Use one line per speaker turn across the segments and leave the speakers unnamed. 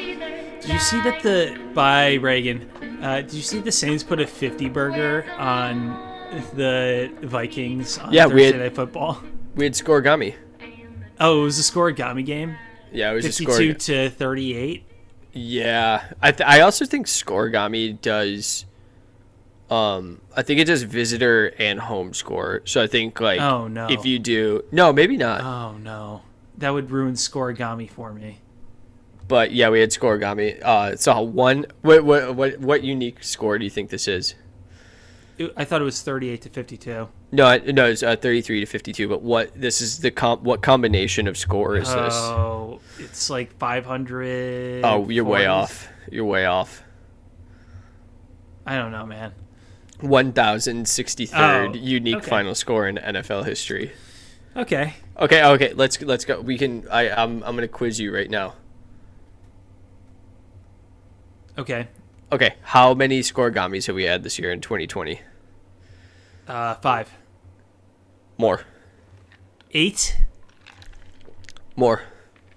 Did you see that the by Reagan? Uh, did you see the Saints put a fifty burger on the Vikings on
Yeah, we
Thursday
had-
Night Football?
We had Scorigami.
Oh, it was a scorigami game,
Yeah, it was just
fifty-two
Scorigami.
to thirty-eight.
Yeah, I th- I also think Scorigami does. Um, I think it does visitor and home score. So I think like,
Oh, no.
if you do, no, maybe not.
Oh no, that would ruin scorigami for me.
but yeah, we had Scorigami. Uh, so one, what what what what unique score do you think this is?
It- I thought it was thirty-eight to fifty-two.
No, I- no, it's uh, thirty-three to fifty-two. But what this is the com- what combination of score is this?
Oh, it's like five hundred.
Oh, you're way off. You're way off.
I don't know, man.
One thousand sixty-third
Oh,
unique
okay.
final score in NFL history.
Okay,
Okay, okay, let's let's go. We can. I I'm I'm gonna quiz you right now.
okay.
Okay, how many Scorigamis have we had this year in 2020?
Uh, five,
More,
eight,
more,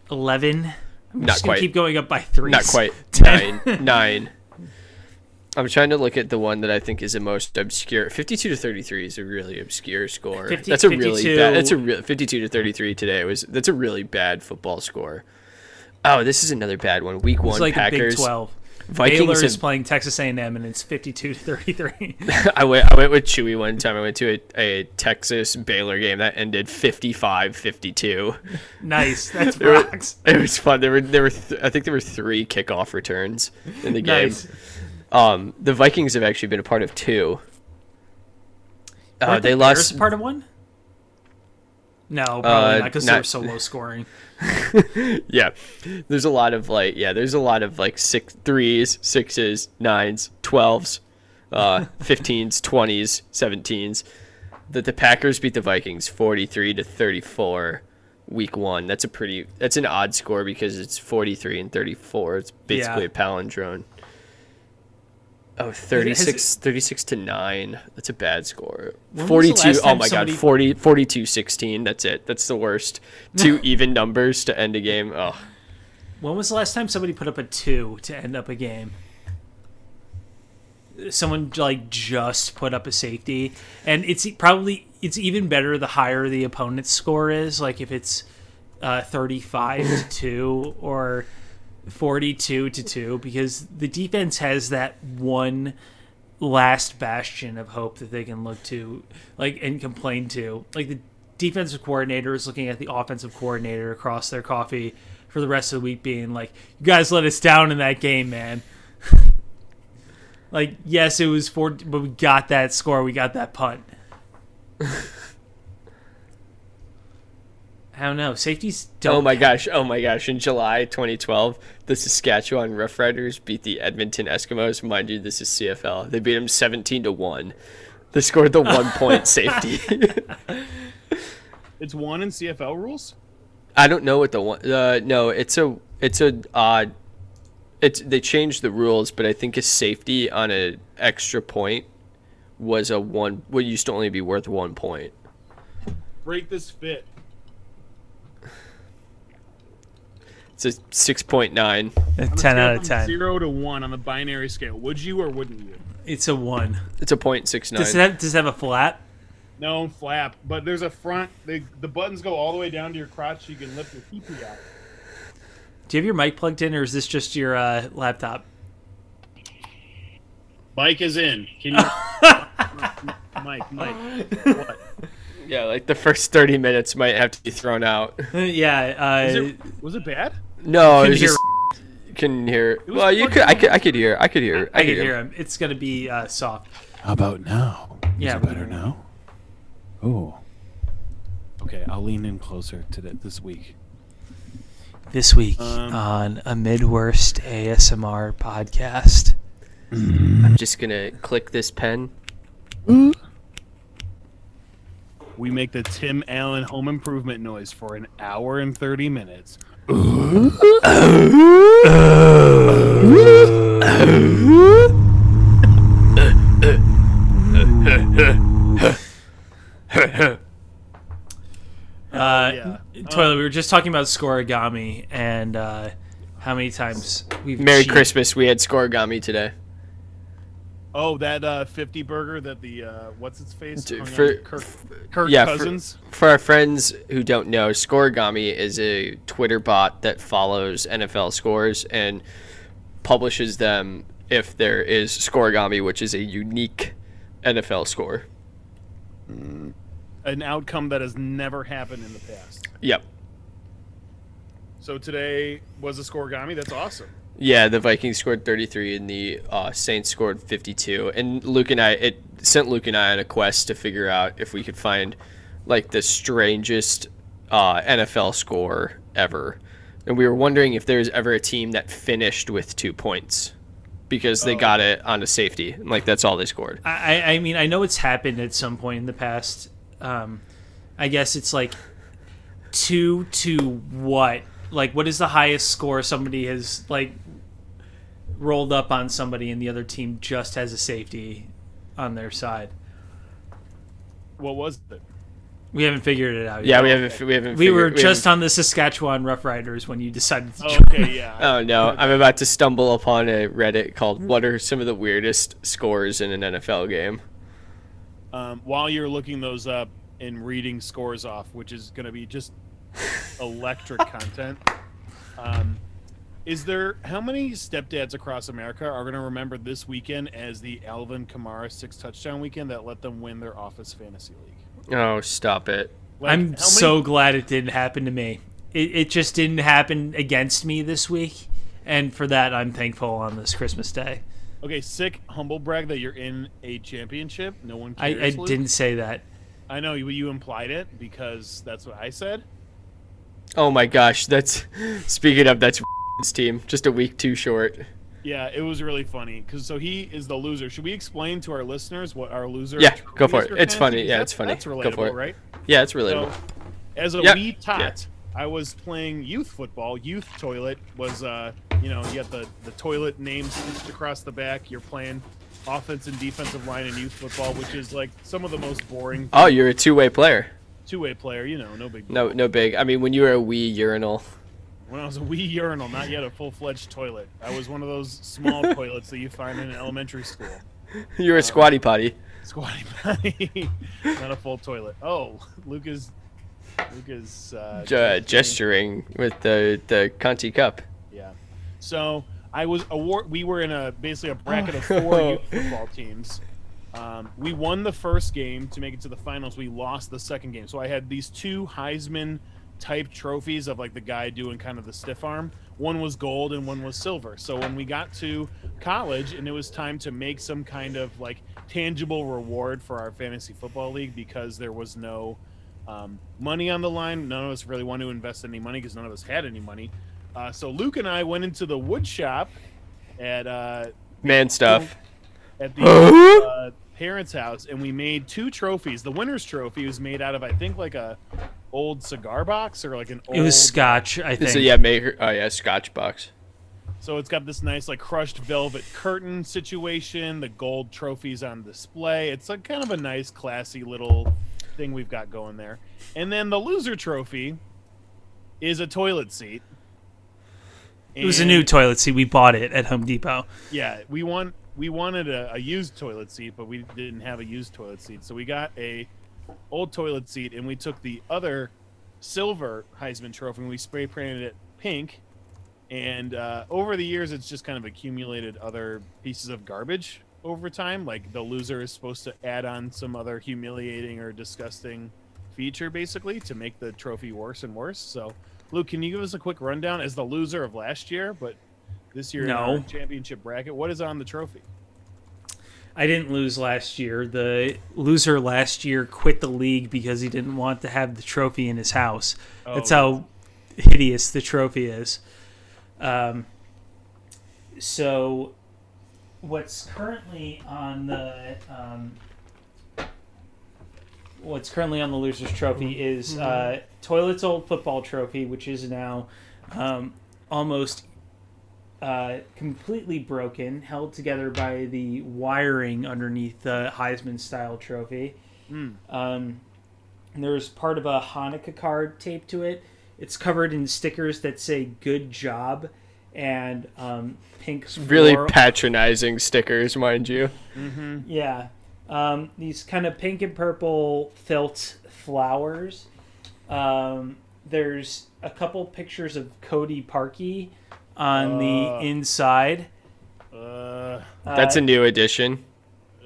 eleven. I'm
Not
just gonna
quite.
keep going up by three.
not quite. Nine, nine. I'm trying to look at the one that I think is the most obscure. 52 to 33 is a really obscure score.
50
that's a really
52
bad. That's a real 52 to 33 today was. That's a really bad football score. Oh, this is another bad one. Week one
It's like the
Packers.
Big Twelve.
Vikings
Baylor is
have-
playing Texas A&M, and it's fifty-two to thirty-three.
I went I went with Chewy one time. I went to a, a Texas Baylor game that ended 55-52.
nice, that's
There were-
rocks.
It was fun. There were there were th- I think there were three kickoff returns in the game.
Nice.
Um, the Vikings have actually been a part of two. Uh,
Weren't the
they
Bears
lost.
part of one. No, probably
Uh,
not because they were
not-
so low scoring.
yeah, there's a lot of like yeah, there's a lot of like six threes, sixes, nines, twelves, uh, fifteens, twenties, seventeens. That the Packers beat the Vikings forty three to thirty four. Week one. That's a pretty. That's an odd score because it's forty three and thirty four. It's basically
Yeah.
a palindrome. Oh, 36, 36 to 9. That's a bad score.
was the
42.
last
Oh
time
my
somebody-
God. 40, 42 16. That's it. That's the worst. Two even numbers to end a game. Oh,
When was the last time somebody put up a two to end up a game? Someone like just put up a safety, and it's e- probably it's even better the higher the opponent's score is. Like if it's uh, thirty-five to two or forty-two to two, because the defense has that one last bastion of hope that they can look to like and complain to like the defensive coordinator is looking at the offensive coordinator across their coffee for the rest of the week being like you guys let us down in that game man like yes it was four but we got that score we got that punt i don't know safeties don't
oh my gosh. Oh my gosh. In July 2012, the Saskatchewan Roughriders beat the Edmonton Eskimos. Mind you, this is CFL. They beat them 17 to 1. They scored the one point safety.
It's one in CFL rules.
I don't know what the one. Uh, no, it's a it's a odd. It's they changed the rules, but I think a safety on a extra point was a one. Well, used to only be worth one point.
Break this fit.
It's a six point nine.
a
On a
10
scale
out of
from
10
Zero to one on the binary scale. Would you or wouldn't you?
it's a one
It's a point six nine.
does it have does it have a flat
No flap, but there's a front. The the buttons go all the way down to your crotch, so you can lift your PP out.
do you have your mic plugged in or is this just your uh, laptop
Mike is in. Can you? Mike, Mike, what?
yeah, like the first thirty minutes might have to be thrown out.
yeah, uh,
Is it, was it bad?
No,
Couldn't
it's
hear-
just couldn't hear.
was
Well, you
fucking
could. I could. I could hear. I could hear.
I can hear him. It's gonna be uh, soft.
How about now?
Yeah,
Is it better now? Oh. Okay, I'll lean in closer to th- this week.
This week
Um,
on a Midwest ASMR podcast.
I'm just gonna click this pen.
We make the Tim Allen home improvement noise for an hour and thirty minutes.
Uh,
yeah.
Uh, Toilet. we were just talking about scorigami, and uh, how many times we've
Merry
cheated.
Christmas. We had scoregami today.
Oh, that uh, 50 burger that the uh, what's its face
D-
hung on
for-
Kirk, Kirk
yeah, for-
Cousins.
For our friends who don't know, Scoregami is a Twitter bot that follows NFL scores and publishes them if there is Scoregami, which is a unique NFL score.
an outcome that has never happened in the past.
Yep.
So today was a scoregami. That's awesome.
Yeah, the Vikings scored 33 and the uh, Saints scored 52. And Luke and I, it sent Luke and I on a quest to figure out if we could find like the strangest uh, NFL score ever. And we were wondering if there was ever a team that finished with two points because they got it on a safety. And like that's all they scored.
Oh. I, I- I mean, I know it's happened at some point in the past. Um, I guess it's like two to what? Like, what is the highest score somebody has like rolled up on somebody, and the other team just has a safety on their side?
What was it?
We haven't figured it out yet.
Yeah, we haven't. We haven't.
We were
figured-
just
haven't-
on the Saskatchewan Rough Riders when you decided to.
Oh,
join.
okay, yeah.
Oh no! I'm about to stumble upon a Reddit called "What are some of the weirdest scores in an NFL game?" Oh.
Um, while you're looking those up and reading scores off, which is going to be just electric content. Um, is there how many stepdads across America are going to remember this weekend as the Alvin Kamara six touchdown weekend that let them win their office fantasy league?
Oh, stop it!
Like, how
I'm
many-
so glad it didn't happen to me. It, it just didn't happen against me this week, and for that I'm thankful on this Christmas day.
okay. Sick humble brag that you're in a championship. No one.
I,
Cares,
I
Luke.
didn't say that.
I know you, you implied it because that's what I said.
Oh my gosh, that's speaking of that's team just a week too short.
Yeah, it was really funny because so he is the loser. Should we explain to our listeners what our loser?
Yeah, go for
loser
it. It's
fantasy-
funny. Yeah,
that's-
it's funny.
That's
Go
relatable,
for it.
right?
Yeah, it's really
So, as a
Yeah,
wee tot,
yeah.
I was playing youth football. Youth toilet was, uh, you know, you got the the toilet name stitched across the back. You're playing offense and defensive line in youth football, which is like some of the most boring
Oh, you're a two-way player.
two way player. You know, no big deal.
No, no big. I mean, when you were a wee urinal.
When I was a wee urinal, not yet a full fledged toilet. I was one of those small toilets that you find in elementary school.
You're a squatty potty.
Squatty potty, not a full toilet. Oh, Luca's, Luca's uh,
Uh, gesturing with the the Conti cup.
Yeah. So I was award. We were in a basically a bracket of four youth football teams. Um, we won the first game to make it to the finals. We lost the second game. So I had these two Heisman type trophies of like the guy doing kind of the stiff arm. One was gold and one was silver. So when we got to college and it was time to make some kind of like tangible reward for our fantasy football league because there was no um, money on the line. None of us really wanted to invest any money because none of us had any money. Uh, so Luke and I went into the wood shop at uh,
Man stuff.
at the uh, parents' house, and we made two trophies. The winner's trophy was made out of I think like a old cigar box or like an old.
It was Scotch, I think.
So yeah, maker. Oh yeah, Scotch box.
So it's got this nice like crushed velvet curtain situation. The gold trophies on display. It's like kind of a nice, classy little thing we've got going there. And then the loser trophy is a toilet seat.
It was a new toilet seat. We bought it at Home Depot.
Yeah, we want we wanted a, a used toilet seat, but we didn't have a used toilet seat, so we got a old toilet seat, and we took the other silver Heisman Trophy and we spray painted it pink. And uh, over the years, it's just kind of accumulated other pieces of garbage over time. Like the loser is supposed to add on some other humiliating or disgusting feature, basically, to make the trophy worse and worse. So, Luke, can you give us a quick rundown as the loser of last year, but this year
No.
in our championship bracket? What is on the trophy?
I didn't lose last year. The loser last year quit the league because he didn't want to have the trophy in his house. That's how hideous the trophy is. Um, so, what's currently on the um, what's currently on the losers trophy is uh, toilet's old football trophy, which is now um, almost uh, completely broken, held together by the wiring underneath the Heisman style trophy. Um, and there's part of a Hanukkah card taped to it. It's covered in stickers that say "Good job," and um, pink.
Really
floral-
patronizing stickers, mind you.
Yeah. Um, these kind of pink and purple felt flowers. Um, there's a couple pictures of Cody Parkey on
Uh.
the inside.
Uh,
Uh,
That's a new addition.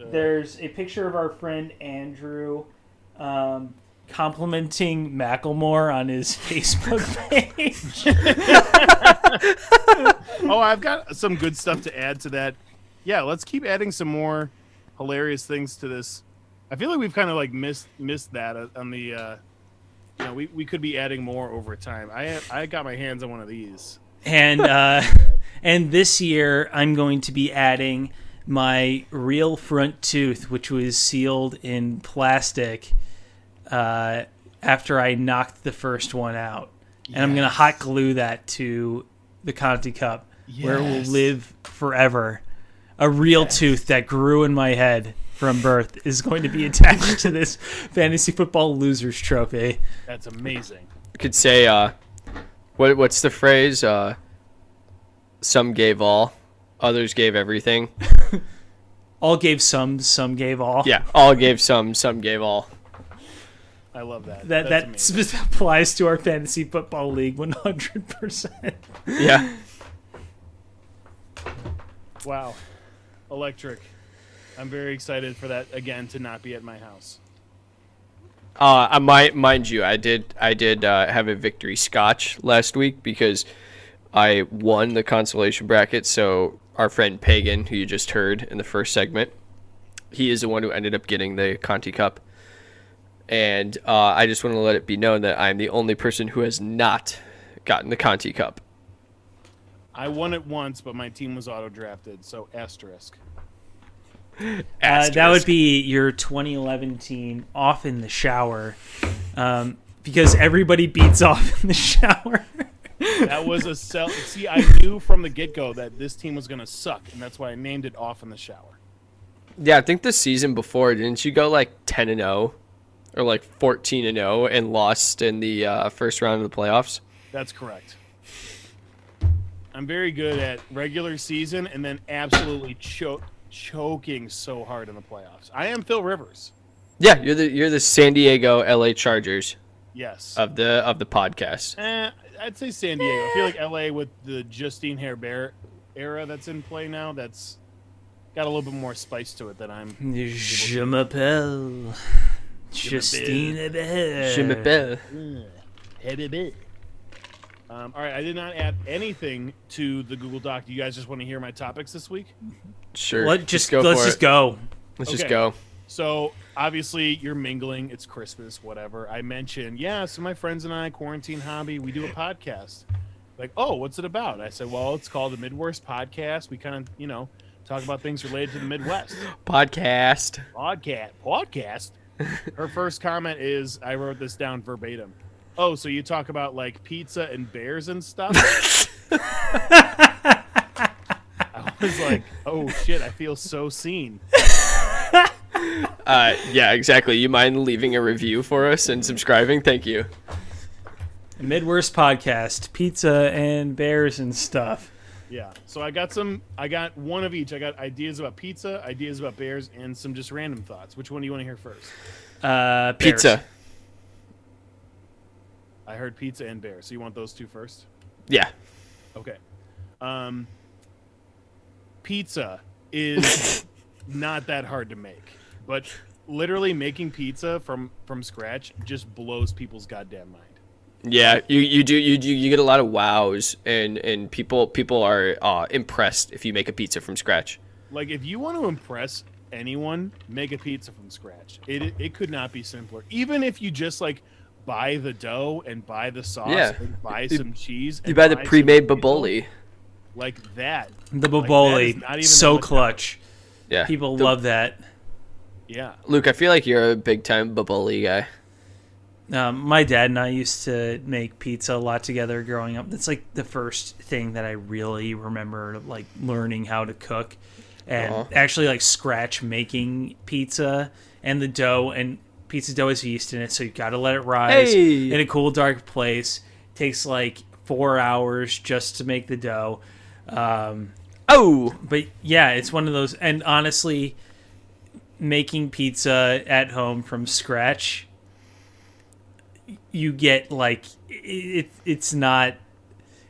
There's a picture of our friend Andrew um, complimenting Macklemore on his Facebook page.
oh, I've got some good stuff to add to that. Yeah, let's keep adding some more hilarious things to this. I feel like we've kind of like missed missed that uh, on the. Uh, you know, we, we could be adding more over time. I I got my hands on one of these.
and uh, and this year I'm going to be adding my real front tooth, which was sealed in plastic uh, after I knocked the first one out, and I'm gonna
Yes.
hot glue that to the Conti cup, where it
Yes.
will live forever. A real tooth that grew in my head from birth is going to be attached to this fantasy football losers trophy.
That's amazing.
You could say, uh, what what's the phrase? Uh, some gave all, others gave everything.
All gave some, some gave all.
Yeah, all gave some, some gave all.
I love that.
that
That's
that
amazing.
sp- applies to our fantasy football league 100%.
Yeah,
wow, electric. I'm very excited for that again to not be at my house.
uh, I might mind you, I did I did uh, have a victory scotch last week because I won the consolation bracket. So our friend Pagan, who you just heard in the first segment, he is the one who ended up getting the Conti Cup. And uh, I just want to let it be known that I'm the only person who has not gotten the Conti Cup.
I won it once, but my team was auto drafted, so asterisk.
Uh, that would
Asterisk.
be your 2011 team off in the shower um, because everybody beats off in the shower.
That was a sell. See, I knew from the get go that this team was gonna suck, and that's why I named it off in the shower.
Yeah, I think the season before, didn't you go like ten and zero, or like fourteen and zero, and lost in the uh, first round of the playoffs?
That's correct. I'm very good at regular season and then absolutely cho- choking so hard in the playoffs. I am Phil Rivers.
Yeah, you're the you're the San Diego L.A. Chargers
Yes.
of the of the podcast.
Eh, I'd say San Diego. I feel like LA with the Justine Herbert era that's in play now, that's got a little bit more spice to it than I'm.
Je m'appelle Justine Hébert.
Jim McBell.
Um, all right, I did not add anything to the Google Doc. Do you guys just want to hear my topics this week?
Sure,
Let, just, let's
for
just
it.
go.
Let's
Okay.
just go.
So obviously you're mingling. It's Christmas, whatever. I mentioned, yeah. So my friends and I, quarantine hobby, we do a podcast. Like, oh, what's it about? I said, well, it's called the Midwest Podcast. We kind of, you know, talk about things related to the Midwest.
Podcast.
Podcast, podcast. Her first comment is, I wrote this down verbatim. Oh, so you talk about like pizza and bears and stuff? I was like, oh shit, I feel so seen.
Uh, yeah, exactly. You mind leaving a review for us and subscribing? Thank you.
Midwest podcast, pizza and bears and stuff.
Yeah. So I got some. I got one of each. I got ideas about pizza, ideas about bears, and some just random thoughts. Which one do you want to hear first?
Uh, bears.
Pizza.
I heard pizza and bears. So you want those two first?
Yeah.
Okay. Um, pizza is not that hard to make, but literally making pizza from from scratch just blows people's goddamn mind.
Yeah, you, you do you do you get a lot of wows and and people people are uh, impressed if you make a pizza from scratch.
Like if you want to impress anyone, make a pizza from scratch. It it could not be simpler. Even if you just like buy the dough and buy the sauce
Yeah.
and buy
You-
some cheese.
You
and
buy the
some
pre-made
potato,
baboli.
Like that.
The
Like, that
Boboli.
is not even that
so
much effort.
clutch.
Yeah,
People
The-
love that.
Yeah.
Luke, I feel like you're a big time baboli guy.
Um, my dad and I used to make pizza a lot together growing up. That's like the first thing that I really remember, like learning how to cook and
Aw.
actually like scratch making pizza and the dough. And pizza dough has yeast in it, so you got to let it rise
Hey!
in a cool, dark place. Takes like four hours just to make the dough. Um,
Oh,
but yeah, it's one of those. And honestly, making pizza at home from scratch, you get like it. It's not.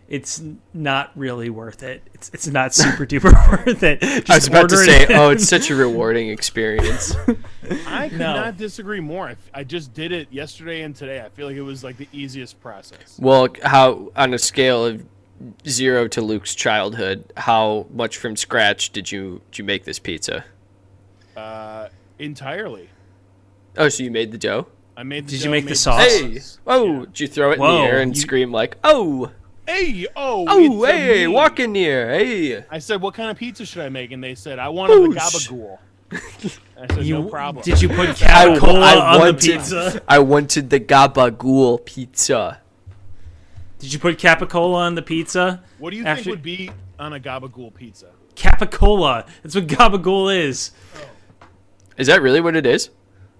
It's not really worth it. It's, it's not super duper worth it. Just
I was about to
order
say,
it
oh,
in.
it's such a rewarding experience.
I could
No.
not disagree more. I, f- I just did it yesterday and today. I feel like it was like the easiest process.
Well, how on a scale of zero to Luke's childhood, how much from scratch did you did you make this pizza?
Uh, entirely.
Oh, so you made the dough?
I made. The
Did you
dough,
make the
made
sauce?
Hey! Oh, did you throw it in
Whoa,
the air and
you-
scream like, "Oh,
Hey! Oh! it's
oh,
a
hey,
me.
walk in here, hey!"
I said, "What kind of pizza should I make?" And they said, "I wanted the
Whoosh.
gabagool." I said, "No
You
problem."
did you put
I,
Coca Cola
I
on
wanted,
the pizza?
I wanted the gabagool pizza.
Did you put Capicola on the pizza?
what do you
after-
think would be on a gabagool pizza?
Capicola. That's what gabagool is.
Is that really what it is?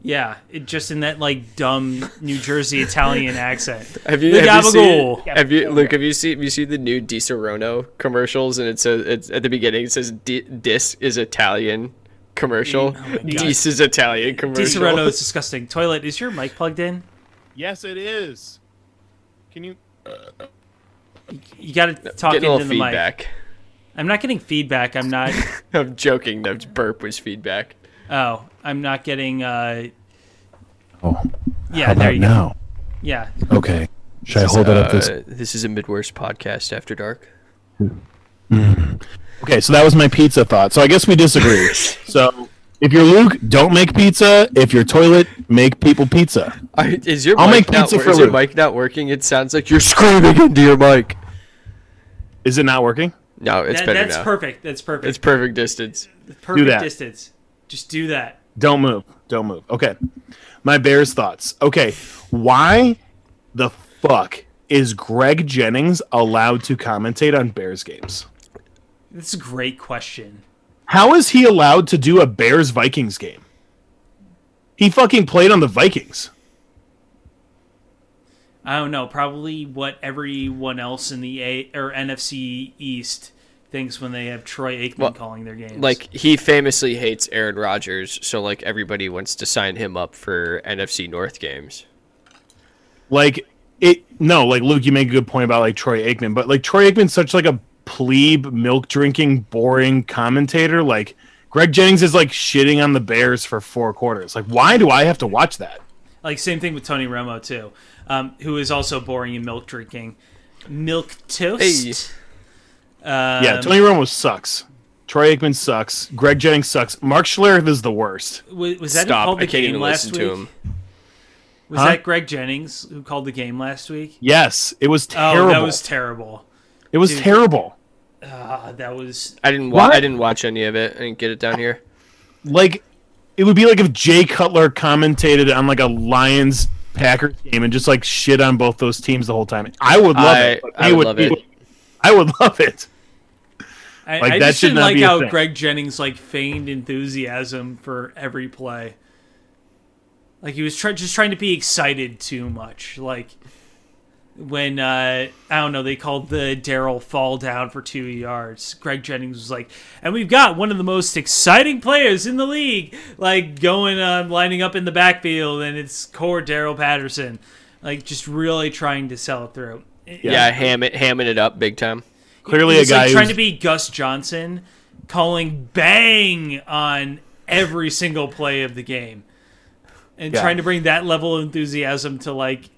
Yeah, it, just in that like dumb New Jersey Italian accent.
Have you,
The
have you seen?
gabagool.
Have you Luke? Have you seen? Have you seen the new Di Serono commercials? And it says it's at the beginning. It says "Di- "Dis is Italian
Oh
commercial." Dis is Italian commercial.
DiSereno is disgusting. Toilet, is your mic plugged in?
Yes, it is. Can you?
You got to talk
Getting a
into the
little
mic.
feedback.
I'm not getting feedback. I'm not.
I'm joking. That burp was feedback.
oh, I'm not getting. Uh,
Oh,
yeah, there
how about
you go.
now?
Yeah,
Okay. Should I hold it up this?
Uh, this is a Midwest podcast after dark.
Okay, so that was my pizza thought. So I guess we disagree. so if you're Luke, don't make pizza. If you're toilet, make people pizza.
I, is your
I'll
mic
make
not
pizza
wor-
for
is your
Luke.
mic not working? It sounds like you're screaming into your mic.
Is it not working?
No, it's
that,
better
that's
now.
perfect. That's perfect.
It's perfect distance.
perfect
that.
distance. Just do that.
Don't move. Don't move. Okay. My Bears thoughts. Okay. Why the fuck is Greg Jennings allowed to commentate on Bears games?
This is a great question.
How is he allowed to do a Bears Vikings game? He fucking played on the Vikings.
I don't know. Probably what everyone else in the A or NFC East thinks when they have Troy Aikman
Well,
calling their games.
Like he famously hates Aaron Rodgers, so like everybody wants to sign him up for NFC North games.
like it no like luke you make a good point about like troy aikman but like troy aikman's such like a plebe milk drinking boring commentator like greg jennings is like shitting on the bears for four quarters like why do i have to watch that
Like same thing with Tony Romo too, um, who is also boring and milk drinking. Milk toast. Um,
yeah tony romo sucks troy aikman sucks greg jennings sucks mark schlereth is the worst
was, was that who
Stop!
called the
I can't
game
even
last
listen
week?
to him.
Was
Huh?
that Greg Jennings who called the game last week?
yes it was
Oh,
terrible
that was terrible.
it was
dude.
terrible
Ah, that was
I didn't. Wa-
What?
I didn't watch any of it. I didn't get it down here.
like it would be like if jay cutler commentated on like a lions packers game and just like shit on both those teams the whole time i would love
I-
it but
I
he
would love
he
it.
I would love it.
I,
Like,
I
that
just
should
didn't
not
like
be a
how
thing.
Greg Jennings like feigned enthusiasm for every play. Like he was try- just trying to be excited too much. Like when uh, I don't know, they called the Daryl fall down for two yards. Greg Jennings was like, "And we've got one of the most exciting players in the league, like going um, lining up in the backfield, and it's core Daryl Patterson, like just really trying to sell it through."
Yeah, ham it, hamming it up big time.
Clearly, a
He's
guy
like
who's,
trying to be Gus Johnson, calling bang on every single play of the game, and
Yeah.
trying to bring that level of enthusiasm to like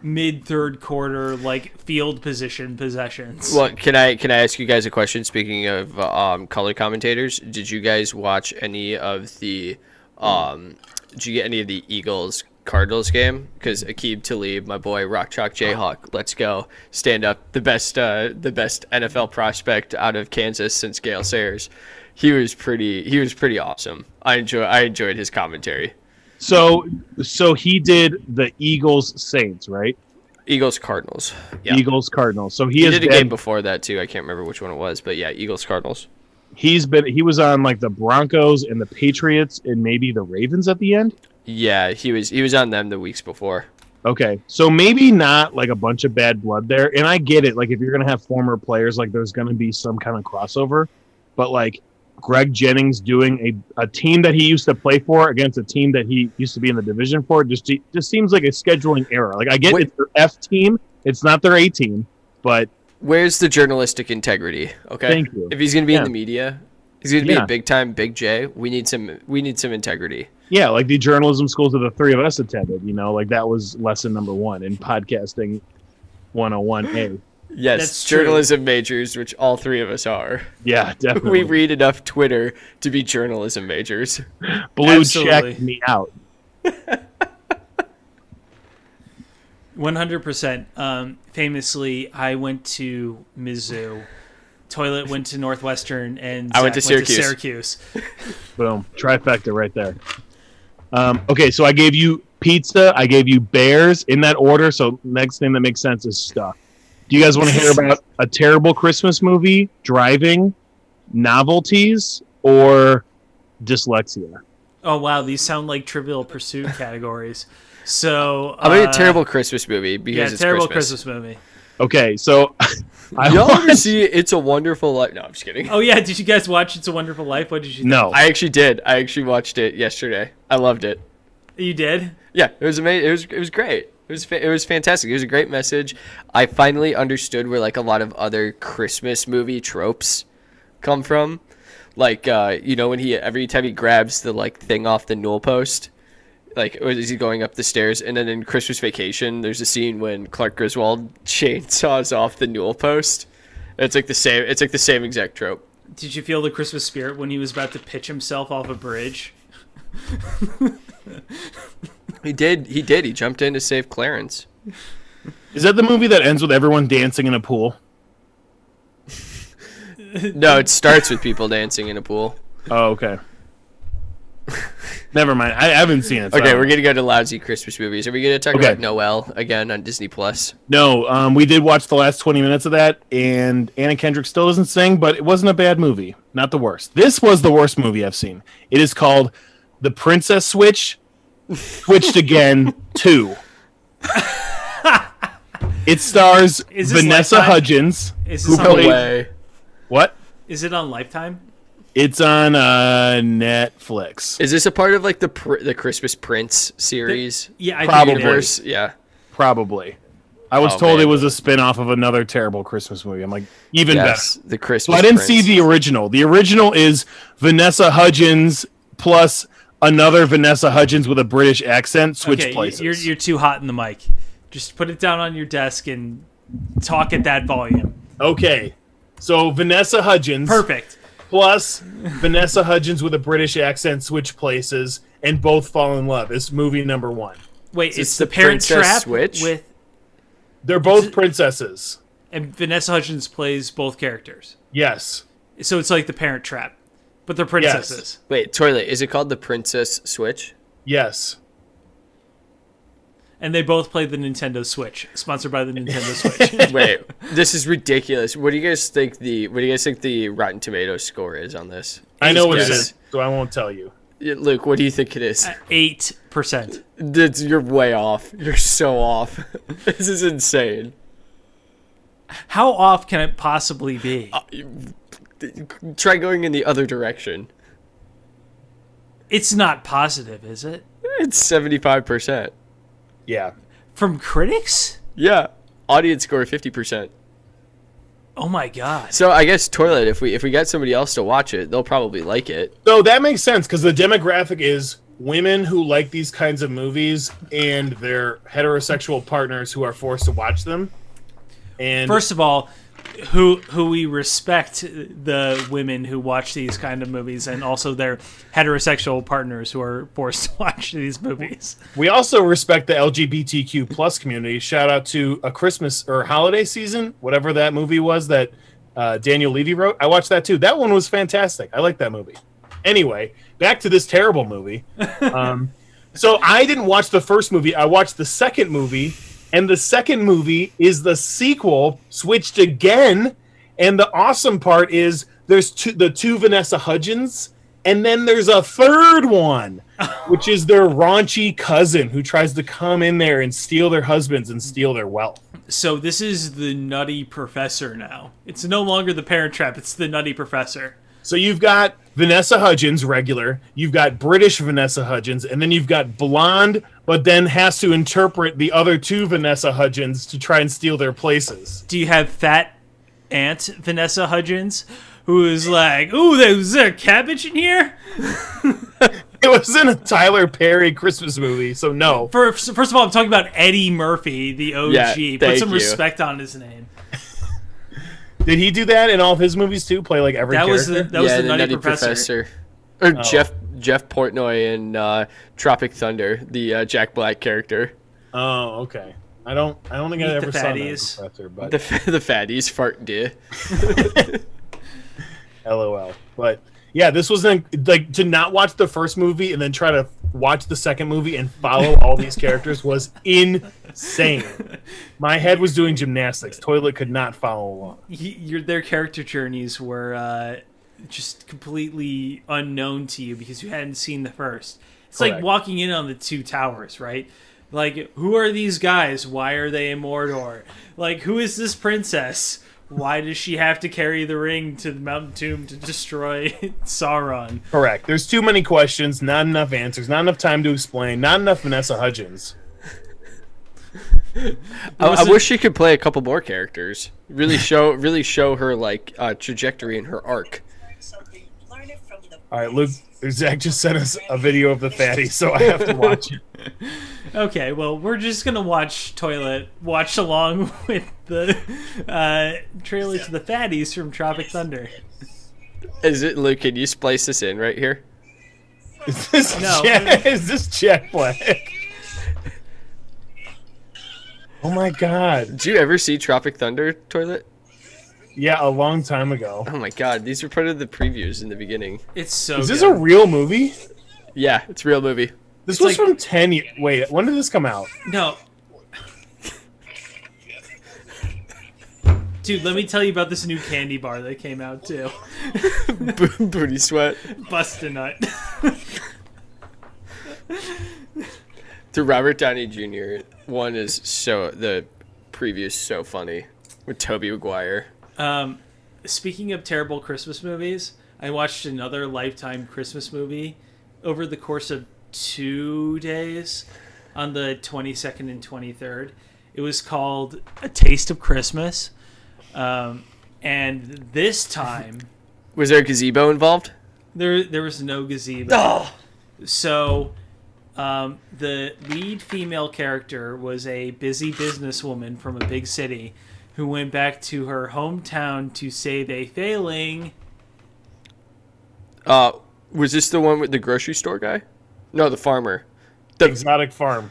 mid third quarter like field position possessions.
Well, can I can I ask you guys a question? Speaking of um, color commentators, did you guys watch any of the? Um, did you get any of the Eagles Cardinals game? Because Akib Talib, my boy, Rock Chalk Jayhawk, let's go stand up the best uh, the best NFL prospect out of Kansas since Gale Sayers. He was pretty. He was pretty awesome. I enjoy. I enjoyed his commentary.
so so he did the Eagles Saints, right?
Eagles Cardinals. Yeah,
Eagles Cardinals. So he,
he
has
did a
been,
game before that too. I can't remember which one it was, but yeah, Eagles Cardinals.
he's been he was on like the Broncos and the Patriots and maybe the Ravens at the end.
Yeah, he was he was on them the weeks before.
Okay, so maybe not like a bunch of bad blood there, and I get it. Like if you're gonna have former players, like there's gonna be some kind of crossover, but like Greg Jennings doing a, a team that he used to play for against a team that he used to be in the division for just just seems like a scheduling error. Like I get
Wait.
it's their F team, it's not their A team, but
Where's the journalistic integrity? Okay.
Thank you.
If he's gonna be in
Yeah.
the media, he's gonna be
Yeah.
a big time big J. We need some we need some integrity.
yeah, like the journalism schools that the three of us attended, you know, like that was lesson number one in podcasting 101A.
Yes,
That's true.
journalism majors, which all three of us are.
Yeah, definitely.
We read enough Twitter to be journalism majors.
Blue
Absolutely.
checked me out.
One hundred percent. Um Famously, I went to Mizzou. Toilet went to Northwestern, and
I went
Zach
to
Syracuse.
Boom. Trifecta right there. Um, okay, so I gave you pizza. I gave you bears in that order. So next thing that makes sense is stuff. Do you guys want to hear about a terrible Christmas movie, driving, novelties, or dyslexia?
Oh wow, these sound like Trivial Pursuit categories. So
I mean,
uh,
a terrible Christmas movie because
yeah,
it's
terrible
Christmas.
Christmas movie.
Okay, so I
Y'all
want-
ever see It's a Wonderful Life? No, I'm just kidding.
Oh yeah, did you guys watch It's a Wonderful Life? What did you?
no.
I actually did. I actually watched it yesterday. I loved it.
you did.
Yeah, it was amazing. It was it was great. It was fa- it was fantastic. It was a great message. I finally understood where like a lot of other Christmas movie tropes come from. Like uh, you know when he every time he grabs the like thing off the newel post, like or is he going up the stairs? And then in Christmas Vacation, there's a scene when Clark Griswold chainsaws off the newel post. It's like the same. It's like the same exact trope.
Did you feel the Christmas spirit when he was about to pitch himself off a bridge?
He did. He did. He jumped in to save Clarence.
Is that the movie that ends with everyone dancing in a pool?
No, it starts with people dancing in a pool.
Oh, okay. Never mind. I haven't seen it. so I
Okay,
don't
we're
know.
gonna go to lousy Christmas movies. Are we gonna talk
Okay.
about Noel again on Disney Plus?
No, um, we did watch the last 20 minutes of that, and Anna Kendrick still doesn't sing, but it wasn't a bad movie. Not the worst. This was the worst movie I've seen. It is called The Princess Switch, Switched Again 2. It stars
Is this
Vanessa
Lifetime?
Hudgens.
Is
Who
this
No
on,
played-
Li-
way.
What?
Is it on Lifetime?
It's on uh, Netflix.
Is this a part of like the pr- the Christmas Prince series
Yeah, I
Probably.
Think it is.
universe? Yeah.
Probably. I was
Oh,
told
man.
it was a spin off of another terrible Christmas movie. I'm like, even better.
Yes, the
So
Christmas.
I didn't
Prince.
see the original. The original is Vanessa Hudgens plus another Vanessa Hudgens with a British accent switch
okay,
places.
You're, you're too hot in the mic. Just put it down on your desk and talk at that volume.
okay. So Vanessa Hudgens
Perfect.
plus Vanessa Hudgens with a British accent switch places and both fall in love. Is movie number 1.
Wait,
this
it's the
the
Parent
Princess
Trap
Switch?
with
They're both princesses.
and Vanessa Hudgens plays both characters.
Yes.
So it's like the Parent Trap, but they're princesses.
Wait, toilet. Is it called the Princess Switch?
Yes.
And they both play the Nintendo Switch, sponsored by the Nintendo Switch.
Wait, this is ridiculous. What do you guys think the What do you guys think the Rotten Tomatoes score is on this?
I know what it
Yes.
is, so I won't tell you.
Yeah, Luke, what do you think it is?
Eight percent.
That's- you're way off. You're so off. this is insane.
How off can it possibly be?
Try going in the other direction.
It's not positive, is it?
It's seventy five percent.
Yeah.
From critics?
Yeah. Audience score fifty percent.
Oh my god.
So I guess toilet. If we if we got somebody else to watch it, they'll probably like it.
So that makes sense because the demographic is women who like these kinds of movies and their heterosexual partners who are forced to watch them. And
First of all, who who we respect the women who watch these kind of movies and also their heterosexual partners who are forced to watch these movies.
we also respect the LGBTQ plus community. Shout out to a Christmas or holiday season, whatever that movie was that uh, Daniel Levy wrote. I watched that too. That one was fantastic. I like that movie. Anyway, back to this terrible movie. Um, so I didn't watch the first movie. I watched the second movie, and the second movie is the sequel switched again. And the awesome part is there's two, the two Vanessa Hudgens, and then there's a third one. which is their raunchy cousin who tries to come in there and steal their husbands and steal their wealth.
So this is the Nutty Professor now. It's no longer the Parent Trap. It's the Nutty Professor.
So you've got Vanessa Hudgens, regular. You've got British Vanessa Hudgens, and then you've got blonde, but then has to interpret the other two Vanessa Hudgens to try and steal their places.
Do you have fat Aunt Vanessa Hudgens, who is like, "Ooh, there's there cabbage in here."
It was in a Tyler Perry Christmas movie, so no.
First, first of all, I'm talking about Eddie Murphy, the OG.
Yeah,
Put
thank
some
you.
respect on his name.
Did he do that in all of his movies too? Play like every
That was
character.
the that was the, Nutty, professor. Oh.
Or Jeff Jeff Portnoy in uh, Tropic Thunder, the uh, Jack Black character.
Oh, okay. I don't. I don't think
Meet
I
the
ever saw
fatties.
that professor, but
The f- the fatties fart dear.
LOL. But yeah, this was an, like to not watch the first movie and then try to watch the second movie and follow all these characters was insane. My head was doing gymnastics. Toilet could not follow along.
He, your, their character journeys were uh, just completely unknown to you because you hadn't seen the first. It's like
Correct.
walking in on the two towers, right? Like, who are these guys? Why are they in Mordor? Like, who is this princess? Why does she have to carry the ring to the mountain tomb to destroy Sauron?
Correct. There's too many questions, not enough answers, not enough time to explain, not enough Vanessa Hudgens.
I, I
was a-
wish she could play a couple more characters. Really show really show her like uh, trajectory and her arc.
All right, Luke. Zach just sent us a video of the fatty, so I have to watch it.
Okay, well, we're just gonna watch Toilet watch along with the uh, trailer to the Fatties from Tropic Thunder.
Is it Luke? Can you splice this in right here?
Is this,
No.
Jack, is this Jack Black? Oh my god.
Did you ever see Tropic Thunder toilet?
Yeah, a long time ago.
Oh my god, these were part of the previews in the beginning.
It's so.
Is this
good.
a real movie?
Yeah, it's a real movie.
This was
like-
from 10 years. Wait, when did this come out?
No. Dude, let me tell you about this new candy bar that came out too.
Bo- Booty sweat.
Bust a nut.
The Robert Downey Jr. one is so the preview is so funny with Toby Maguire.
Um, speaking of terrible Christmas movies, I watched another Lifetime Christmas movie over the course of two days on the 22nd and 23rd. It was called A Taste of Christmas. Um, and this time,
Was there a gazebo involved?
there, there was no gazebo.
Oh,
So, um, the lead female character was a busy businesswoman from a big city who went back to her hometown to save a failing.
uh, was this the one with the grocery store guy? No, the farmer. The,
Exotic Farm.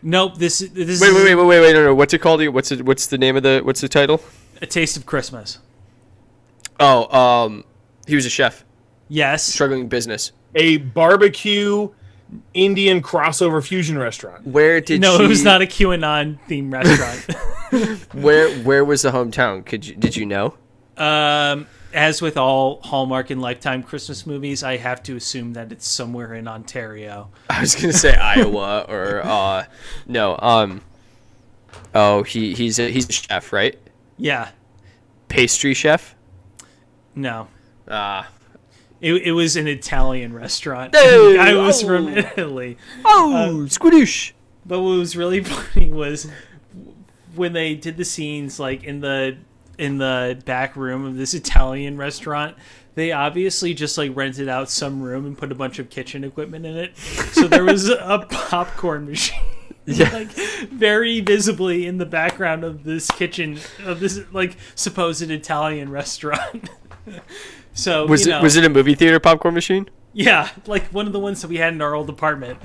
Nope this this
Wait,
is
wait, wait, wait, wait, wait! No, no. What's it called? What's it? What's the name of the? What's the title?
a taste of Christmas.
Oh, um, he was a chef,
Yes,
struggling business.
A barbecue Indian crossover fusion restaurant.
Where did
no,
she,
it was not a QAnon themed restaurant.
where Where was the hometown? Could you did you know?
um, as with all Hallmark and Lifetime Christmas movies, I have to assume that it's somewhere in Ontario.
I was gonna say Iowa or uh, no. Um, oh, he he's a he's a chef, right?
Yeah,
Pastry chef.
no.
Ah.
It, it was an Italian restaurant.
Hey,
I was
oh.
from Italy. Uh,
oh, squidoosh.
But what was really funny was when they did the scenes like in the in the back room of this Italian restaurant, they obviously just like rented out some room and put a bunch of kitchen equipment in it. So there was a popcorn machine. like very visibly in the background of this kitchen of this like supposed Italian restaurant. so
Was
you
it
know,
was it a movie theater popcorn machine?
yeah, like one of the ones that we had in our old apartment.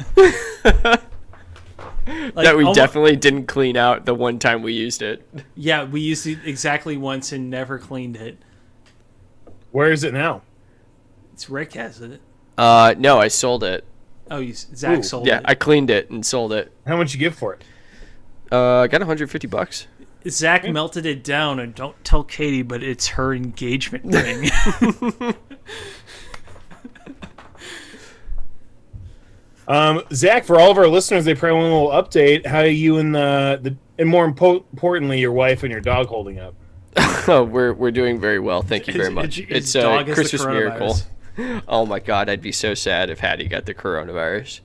Like,
that we
almo-
definitely didn't clean out the one time we used it.
Yeah, we used it exactly once and never cleaned it.
Where is it now?
It's Rick has it.
Uh, no, I sold it.
Oh, you, Zach
Ooh,
sold
Yeah,
it.
I cleaned it and sold it.
How much you give for it?
Uh, I got 150 bucks.
Zach melted it down, and don't tell Katie, but it's her engagement ring.
Um, Zach, for all of our listeners, they probably want a little update. How are you and the, the and more impo- importantly, your wife and your dog holding up?
Oh, we're we're doing very well. Thank you very
His-
much.
his
It's
dog
a
has the
Christmas miracle.
coronavirus.
Oh my god, I'd be so sad if Hattie got the coronavirus.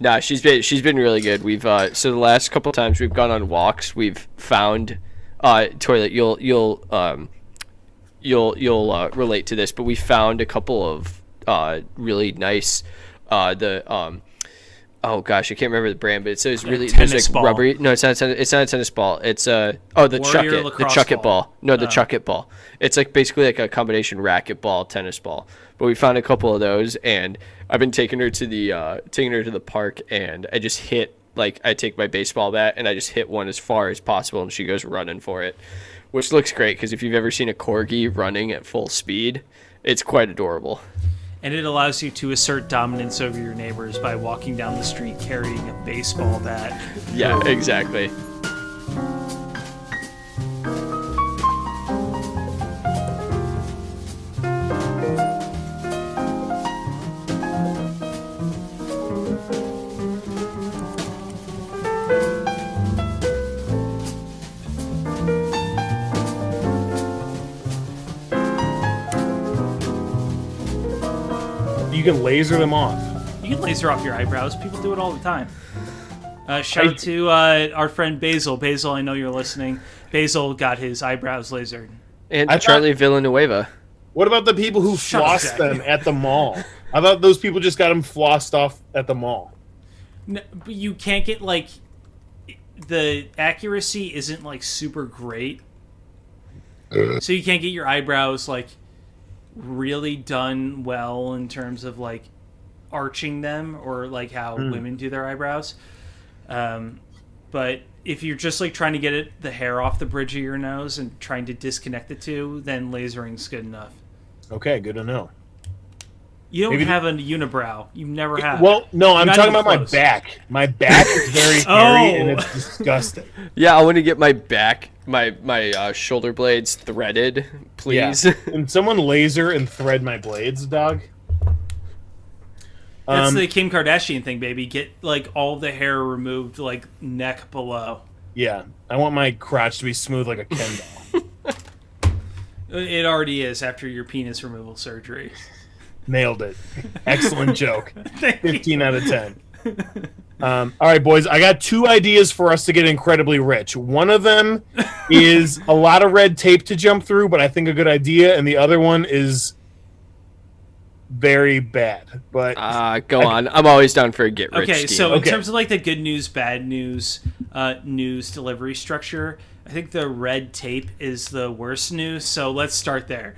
Nah, she's been she's been really good. We've uh so the last couple times we've gone on walks, we've found uh toilet. You'll you'll um you'll you'll uh, relate to this, but we found a couple of uh really nice uh the um oh gosh, I can't remember the brand, but it's those really there's
tennis
like
ball.
rubbery. No, it's not. A ten- it's not a tennis ball. It's a oh the chuck
Warrior
it the
lacrosse
chuck it
ball. Uh.
ball. No, the chuck it ball. It's like basically like a combination racket ball, tennis ball. But we found a couple of those, and I've been taking her to the uh, taking her to the park, and I just hit like I take my baseball bat and I just hit one as far as possible, and she goes running for it, which looks great because if you've ever seen a corgi running at full speed, it's quite adorable.
And it allows you to assert dominance over your neighbors by walking down the street carrying a baseball bat.
Yeah, exactly.
You can laser them off.
You can laser off your eyebrows. People do it all the time. Uh, shout
I-
out to uh, our friend Basil. Basil, I know you're listening. Basil got his eyebrows lasered.
And
I thought-
Charlie Villanueva.
What about the people who
up,
floss
Zach.
them at the mall? I thought those people just got them flossed off at the mall.
No, but you can't get like the accuracy isn't like super great,
Uh.
so you can't get your eyebrows like really done well in terms of like arching them or like how
Hmm.
women do their eyebrows. Um, but if you're just like trying to get it the hair off the bridge of your nose and trying to disconnect the two, then lasering's good enough.
Okay, good to know.
You don't
Maybe-
have a unibrow. You never have.
Well, no, I'm
Not
talking
even
about my
close.
back. My back is very hairy and
Oh.
it's disgusting.
Yeah, I want to get my back, my my uh, shoulder blades threaded,
Yeah.
please.
Can someone laser and thread my blades, dog?
That's
Um,
the Kim Kardashian thing, baby. Get like all the hair removed, like neck below.
Yeah, I want my crotch to be smooth like a Ken doll.
It already is after your penis removal surgery.
Nailed it. Excellent joke.
Thank you.
15 out of 10. Um, all right, boys, I got two ideas for us to get incredibly rich. One of them is a lot of red tape to jump through, but I think a good idea. And the other one is very bad. But
Uh, go on. I'm always down for a get rich
Okay,
scheme.
so in
Okay.
terms of like the good news, bad news, uh, news delivery structure, I think the red tape is the worst news. So let's start there.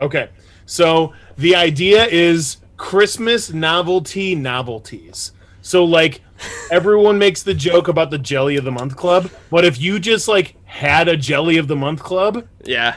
Okay. So the idea is Christmas novelty novelties. So like everyone makes the joke about the jelly of the month club, but if you just like had a jelly of the month club,
yeah,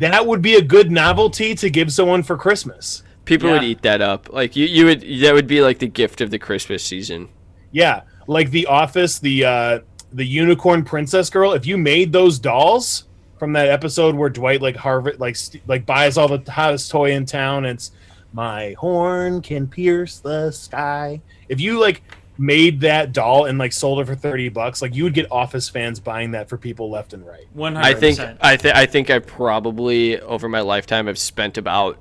that would be a good novelty to give someone for Christmas.
people would
Yeah.
eat that up. Like you, you would. That would be like the gift of the Christmas season.
Yeah, like the office, the uh the unicorn princess girl, if you made those dolls from that episode where Dwight like Harvard like st- like buys all the hottest toy in town, it's my horn can pierce the sky. If you like made that doll and like sold it for 30 bucks, like you would get office fans buying that for people left and right.
One
I
hundred
think.
percent.
I think. I think I probably over my lifetime have spent about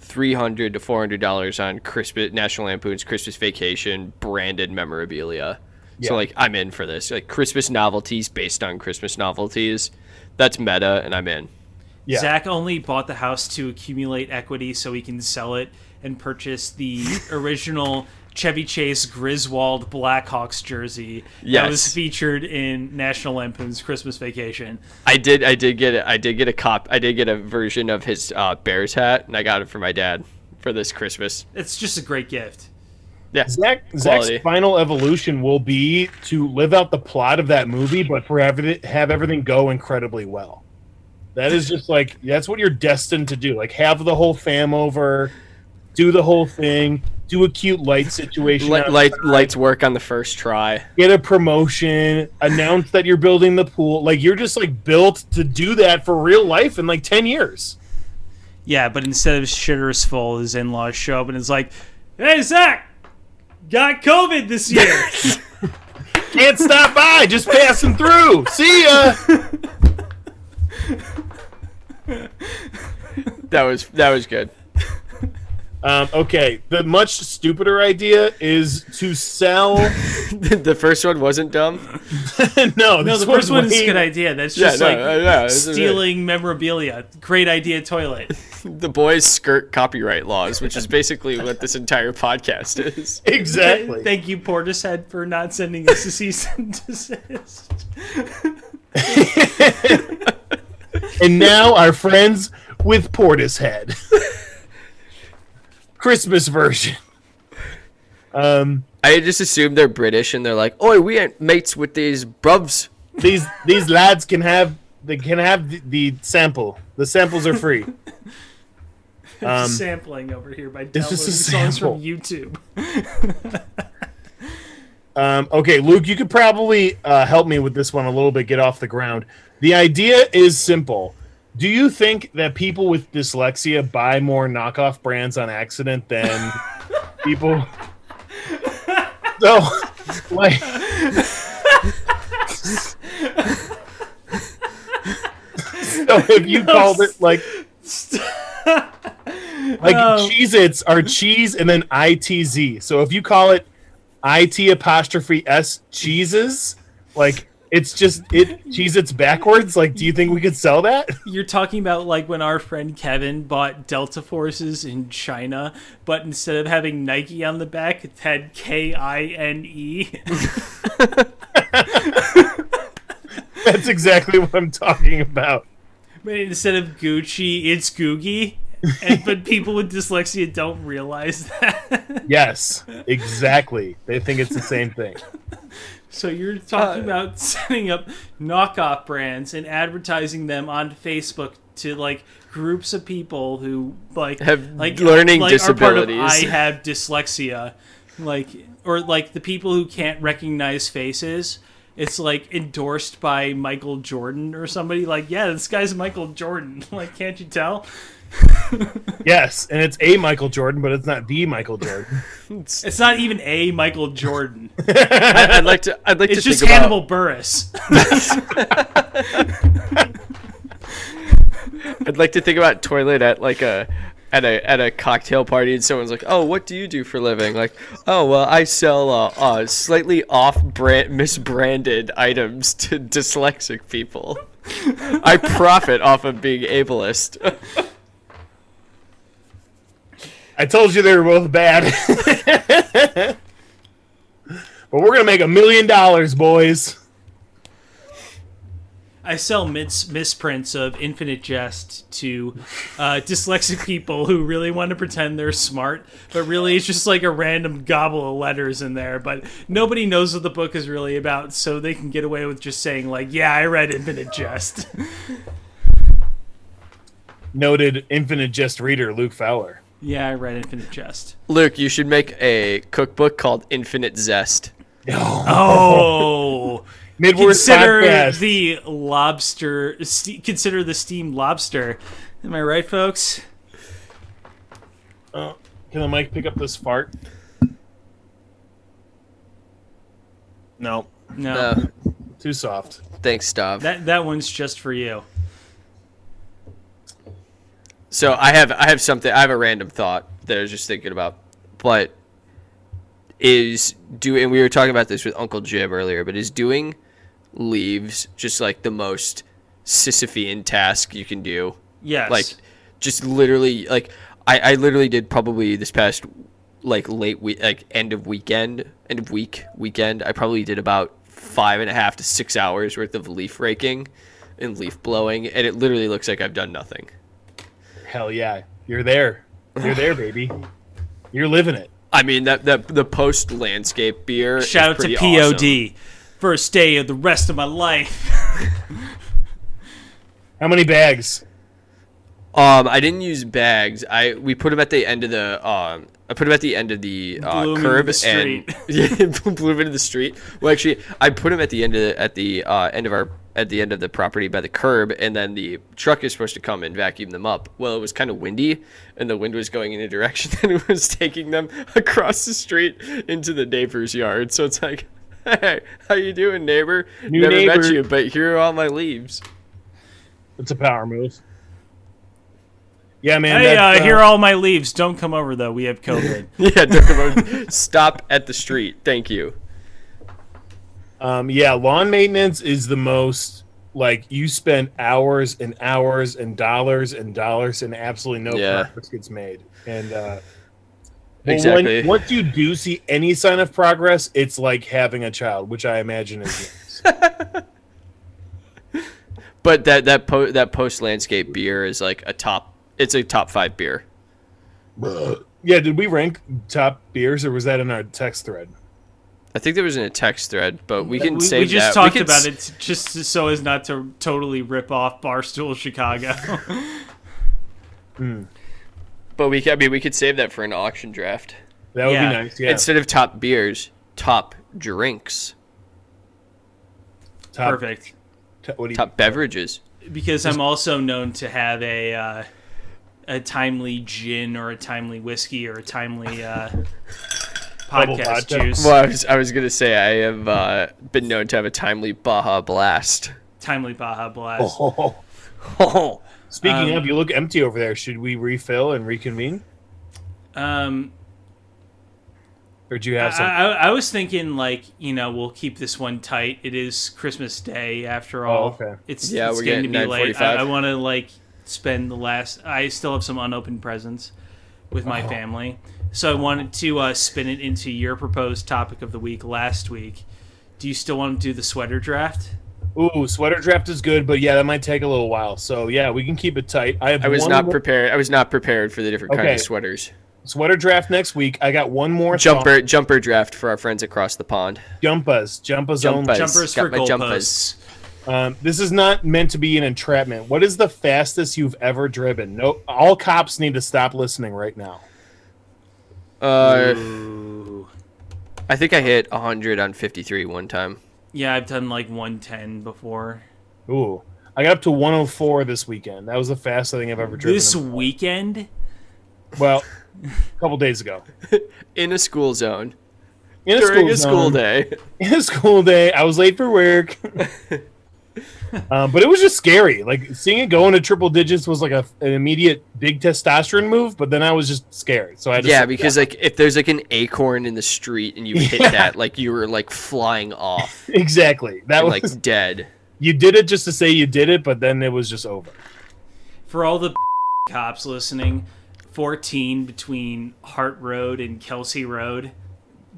three hundred to four hundred dollars on Christmas National Lampoon's Christmas Vacation branded memorabilia. So
Yeah.
like, I'm in for this. Like Christmas novelties based on Christmas novelties. That's meta, and I'm in.
Yeah.
Zach only bought the house to accumulate equity so he can sell it and purchase the original Chevy Chase Griswold Blackhawks jersey that was
Yes.
featured in National Lampoon's Christmas Vacation.
I did. I did get. A, I did get a cop. I did get a version of his uh, Bears hat, and I got it for my dad for this Christmas.
It's just a great gift.
Yeah,
Zach, Zach's
Quality.
final evolution will be to live out the plot of that movie, but for every, have everything go incredibly well. That is just like that's what you're destined to do. Like have the whole fam over, do the whole thing, do a cute light situation,
Light, light, lights work on the first try.
get a promotion, announce that you're building the pool. Like you're just like built to do that for real life in like ten years.
Yeah, but instead of shitters full, his in laws show up and it's like, "Hey, Zach, got COVID this year.
Can't stop by, just passing through. See ya.
That was that was good.
Um, okay, the much stupider idea is to sell.
the first one wasn't dumb.
no,
no,
this
the first one
one's
is a
way-
good idea. That's
Yeah,
just
no,
like
uh, yeah, this is it.
stealing memorabilia. Great idea, toilet.
The boys skirt copyright laws, which is basically what this entire podcast is.
Exactly.
Thank you, Portishead, for not sending us a cease and desist.
and now our friends with Portishead. Christmas version. Um,
I just assume they're British and they're like, "Oi, we ain't mates with these bruvs."
these these lads can have they can have the, the sample. The samples are free. Um,
Sampling over here by
this
downloading
is a
songs
sample.
from YouTube.
Um, okay, Luke, you could probably uh, help me with this one a little bit, get off the ground. The idea is simple. Do you think that people with dyslexia buy more knockoff brands on accident than people? So, like, so if you called it like, like
No.
Cheez Its are cheese and then ITZ. So if you call it it apostrophe s cheeses like it's just it cheese it's backwards like do you think we could sell that
You're talking about like when our friend Kevin bought Delta Forces in China, but instead of having Nike on the back, it had K I N E.
that's exactly what i'm talking about
But instead of Gucci, it's Googie. And, but people with dyslexia don't realize that.
yes exactly they think it's the same thing
So
Uh,
you're talking about setting up knockoff brands and advertising them on Facebook to like groups of people who like
Have
like
learning
like, are part of,
disabilities.
I have dyslexia, like or like the people who can't recognize faces. It's like endorsed by Michael Jordan or somebody. Like, yeah, this guy's Michael Jordan. Like, can't you tell?
yes and it's a michael jordan but it's not the michael jordan
It's not even a Michael Jordan.
I, would like to. I'd like
It's
to
just
think
Hannibal Burris.
about. I'd like to think about toilet at like a. At a, at a cocktail party and someone's like, "Oh, what do you do for a living?" Like, "Oh, well, I sell uh, uh, slightly off-brand, misbranded items to dyslexic people. I profit off of being ableist."
i told you they were both bad but we're gonna make a million dollars boys
I sell mis- misprints of Infinite Jest to uh, dyslexic people who really want to pretend they're smart, but really it's just like a random gobble of letters in there. But nobody knows what the book is really about, so they can get away with just saying, like, yeah, I read Infinite Jest.
noted infinite jest reader luke fowler
yeah, I read Infinite Jest.
Luke, you should make a cookbook called Infinite Zest.
Oh.
midwest
consider
podcast
the lobster. Ste- consider the steamed lobster. Am I right, folks?
Oh, can the mic pick up this fart? No,
No,
Uh,
too soft.
thanks, Stav.
that that one's just for you.
So I have I have something I have a random thought that I was just thinking about, but is do and we were talking about this with Uncle Jib earlier, but is doing leaves just like the most Sisyphean task you can do?
Yes.
Like just literally like I, I literally did probably this past like late week like end of weekend end of week weekend I probably did about five and a half to six hours worth of leaf raking and leaf blowing and it literally looks like I've done nothing.
Hell yeah, you're there. You're there, baby. You're living it.
I mean that that the post landscape beer. is
Shout out to
pretty
POD.
awesome.
First day of the rest of my life.
How many bags?
Um, I didn't use bags. I we put them at the end of the um. I put them at the end of the uh,
Blew 'em
curb
into the
and yeah, blew 'em into the street. Well, actually, I put them at the end of the, at the uh, end of our at the end of the property by the curb, and then the truck is supposed to come and vacuum them up. Well, it was kind of windy, and the wind was going in a direction that it was taking them across the street into the neighbor's yard. So it's like, hey, how you doing, neighbor?
New
Never met
neighbor."
you, but here are all my leaves.
It's a power move.
Yeah, man.
Hey,
that's,
uh, here are all my leaves. Don't come over though. We have COVID.
Yeah, don't come over. Stop at the street. Thank you.
Um, yeah, lawn maintenance is the most like you spend hours and hours and dollars and dollars and absolutely no
Yeah.
progress gets made. And uh, well,
Exactly.
when, once you do see any sign of progress, it's like having a child, which I imagine is.
But that that po- that post landscape beer is like a top. It's a top five beer.
yeah, did we rank top beers or was that in our text thread?
I think there was in a text thread, but we
we,
can
we
save
just
that.
talked
can
about
s-
it just so as not to totally rip off Barstool Chicago.
But we, I mean, we could save that for an auction draft.
That would
Yeah.
be nice. Yeah,
Instead of top beers, top drinks,
top,
Perfect.
t- what do you,
top beverages.
because I'm also known to have a uh, a timely gin or a timely whiskey or a timely uh, podcast
vodka.
juice.
Well, I was, I was gonna say I have uh, been known to have a timely Baja Blast.
Timely Baja Blast.
Oh,
Oh,
speaking
Um,
of, you look empty over there. Should we refill and reconvene,
Um,
or do you
I,
have something?
I, I was thinking like you know we'll keep this one tight. It is Christmas Day after all.
Oh, okay.
It's
Yeah,
it's
we're
getting to
getting
be late. I,
9:45.
I want to like spend the last. I still have some unopened presents with
Uh-huh.
my family, so I wanted to uh, spin it into your proposed topic of the week last week. Do you still want to do the sweater draft? Uh,
Ooh, sweater draft is good, but yeah, that might take a little while. So yeah, we can keep it tight. I have
I was
one
not
more-
prepared. I was not prepared for the different
Okay.
kinds of sweaters.
sweater draft next week. I got one more
Jumper, jumper draft for our friends across the pond.
thought. jumpas,
Jumpas.
jumpas only.
Jumpers
got
for
my
goalposts.
jumpers.
Um, this is not meant to be an entrapment. What is the fastest you've ever driven? No, all cops need to stop listening right now.
Uh,
Ooh.
I think I hit 100 on 53 one time.
Yeah, I've done like 110 before.
Ooh, I got up to 104 this weekend. That was the fastest thing I've ever driven.
This weekend?
well, a couple days ago
In a school zone.
in a
During
school,
a school
zone.
day.
in a school day. I was late for work. um, but it was just scary. Like seeing it go into triple digits was like a, an immediate big testosterone move, but then I was just scared. So I just
Yeah, because like if there's like an acorn in the street and you hit
Yeah.
that, like you were like flying off
exactly. That
and
was
like dead.
you did it just to say you did it, but then it was just over.
For all the cops listening, 14 between Hart Road and Kelsey Road.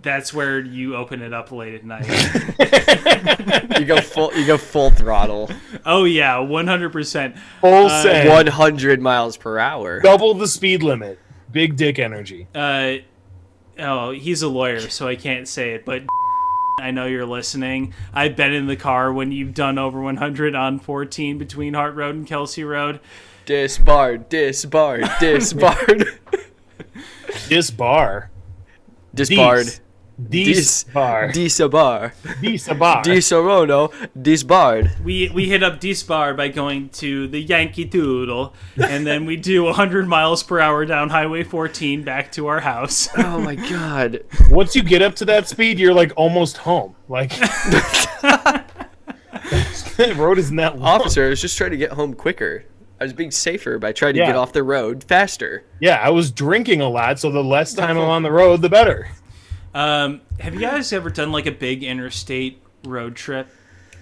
That's where you open it up late at night.
You go full you go full throttle.
oh yeah, 100%.
Full
Uh,
send.
One hundred miles per hour.
double the speed limit. Big dick energy.
Uh oh, he's a lawyer, so I can't say it, but I know you're listening. I've been in the car when you've done over 100 on 14 between Hart Road and Kelsey Road.
Disbarred, disbarred, disbarred.
This bar.
disbarred.
This bar.
Disabar.
This bar.
Disorono. Disbarred.
We we hit up Bar by going to the Yankee Doodle, and then we do 100 miles per hour down Highway 14 back to our house.
Oh my god.
Once you get up to that speed, you're like almost home. Like road is not long.
Officer, I was just trying to get home quicker. I was being safer by trying to
Yeah.
get off the road faster.
Yeah, I was drinking a lot, so the less time I'm on the road, the better.
Um, have you guys ever done like a big interstate road trip,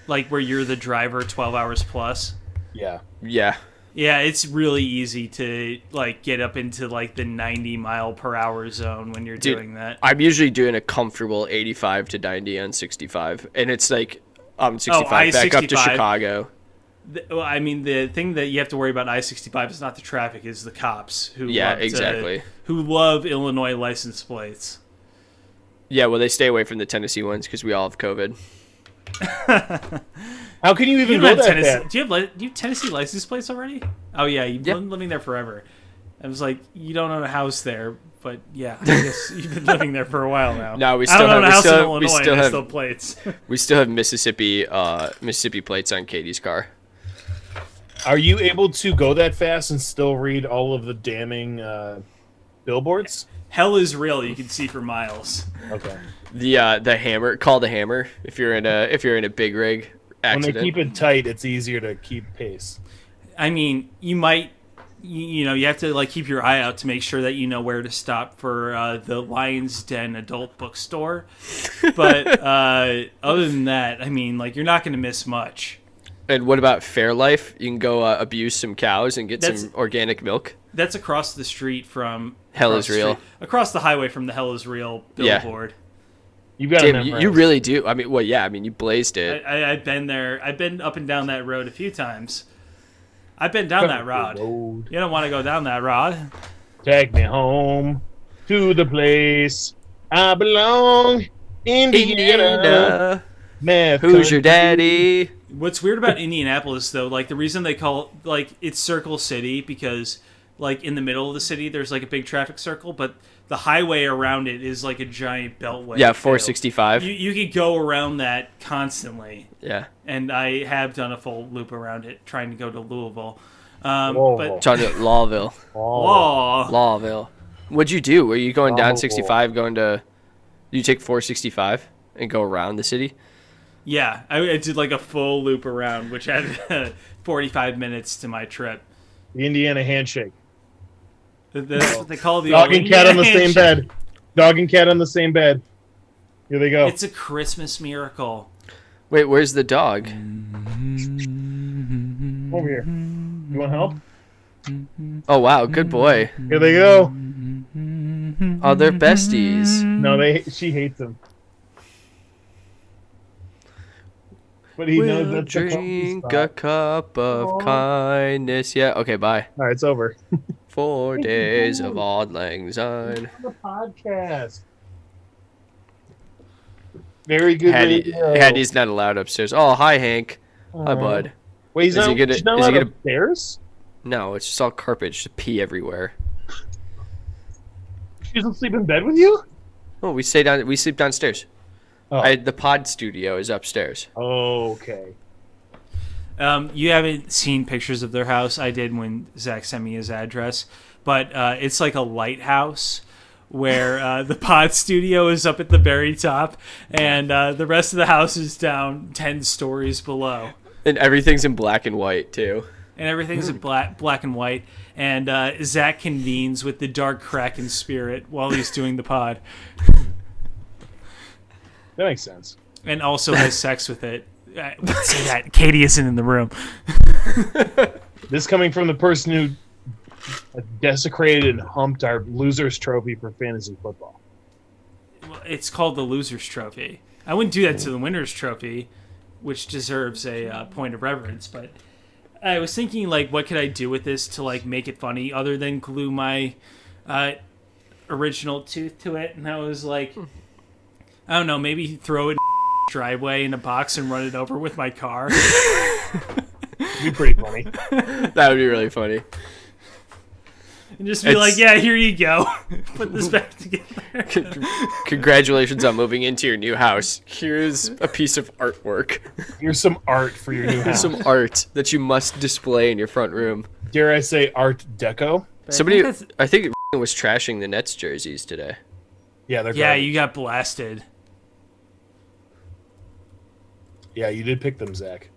like where you're the driver 12 hours plus?
Yeah.
Yeah.
Yeah, it's really easy to like get up into like the 90 mile per hour zone when you're
Dude,
doing that.
I'm usually doing a comfortable 85 to 90 on 65, and it's like
Oh,
um 65
I-
back up to
65.
Chicago.
The- well, I mean, the thing that you have to worry about I sixty five is not the traffic; is the cops who
Yeah,
love to-
exactly.
who love Illinois license plates.
Yeah, well, they stay away from the Tennessee ones because we all have COVID.
How can you even
You
go
don't have
that
Tennessee.
fast?
Do you have li- do you have Tennessee license plates already? Oh yeah, you've
Yeah.
been living there forever. I was like, you don't own a house there, But yeah, I guess you've been living there for a while now.
No, we
I
still
don't own
have-
a
we
house
still
in
have- we
Illinois.
still
and I
have-
still plates.
We still have Mississippi uh, Mississippi plates on Katie's car.
Are you able to
go that
fast and
still
read all
of the
damning uh, billboards?
Hell is real. You can see for miles.
Okay.
The uh, the hammer, call the hammer if you're in a if you're in a big rig
When they
accident.
keep it tight, it's easier to keep pace.
I mean, you might, you, you know, you have to like keep your eye out to make sure that you know where to stop for uh, the Lion's Den adult bookstore. But uh, other than that, I mean, like you're not going to miss much.
and what about Fairlife? You can go uh, abuse some cows and get some
That's-
organic milk.
That's across the street from
Hell
across
is
the
real.
street- across the highway from the Hell is Real
Yeah.
billboard.
You've got
Damn,
to
you, you really do. I mean, well, yeah. I mean, you blazed
I,
it.
I, I've been there. I've been up and down that road a few times. I've been down that road. You
Road.
don't want to go down that road.
Take me home to the place I belong. Indiana.
Indiana,
Meth
who's your
country.
daddy?
What's weird about Indianapolis though, like the reason they call like it's Circle City because like in the middle of the city there's like a big traffic circle, but the highway around it is like a giant beltway.
Yeah,
too.
four sixty five.
You you could go around that constantly,
Yeah,
and I have done a full loop around it trying to go to Louisville. Um,
Whoa.
but
trying to Lawville,
Oh.
Aw.
Lawville. What'd you do? Were you going down
Lawville.
sixty five? Going to? You take four sixty five and go around the city.
Yeah, I, I did like a full loop around, which added 45 minutes to my trip.
The Indiana handshake.
Th- That's what they call the
Dog and
old-
cat on the same bed. Dog and cat on the same bed. Here they go.
It's a Christmas miracle.
Wait, where's the dog?
Over here. You want help?
Oh wow, good boy.
Here they go.
Oh, they're besties.
No, they. She hates him. But he knows
We'll
that's the comfy
drink
spot.
a cup of kindness. Yeah. Okay. Bye.
All right, it's over.
Four days of odd lang syne.
the podcast. Very good.
Hattie,
radio.
Hattie's not allowed upstairs. Oh, hi Hank. Hi
Uh,
bud.
Wait, he's
Is
not,
he gonna-
he's not
is he
allowed
gonna-
upstairs?
No, it's just all carpet. Just pee everywhere.
She doesn't sleep in bed with you?
Oh, we stay down. We sleep downstairs.
Oh.
I, the pod studio is upstairs.
Okay.
Um, you haven't seen pictures of their house. I did when Zach sent me his address, but uh, it's like a lighthouse where uh, the pod studio is up at the very top, and uh, the rest of the house is down ten stories below,
And everything's in black and white too.
and everything's in black, black and white. And uh, Zach convenes with the dark kraken spirit while he's doing the pod,
That makes sense.
and also has sex with it. I would say that Katie isn't in the room.
This coming from the person who uh, desecrated and humped our losers trophy for fantasy football.
it's called the losers trophy. I wouldn't do that to the winners trophy, which deserves a uh, point of reverence. But I was thinking, like, what could I do with this to like make it funny, other than glue my uh, original tooth to it? And I was like, I don't know, maybe throw it in driveway in a box and run it over with my car.
It'd be pretty funny.
That would be really funny.
and just be
It's-
like, yeah, here you go. Put this back together.
Congratulations on moving into your new house. Here's a piece of artwork.
Here's some art for your new house.
Some art that you must display in your front room.
Dare I say Art Deco?
Somebody,
I think
I think, was trashing the Nets jerseys today.
Yeah, they're
yeah,
garbage.
you got blasted.
Yeah, you did pick them, Zach.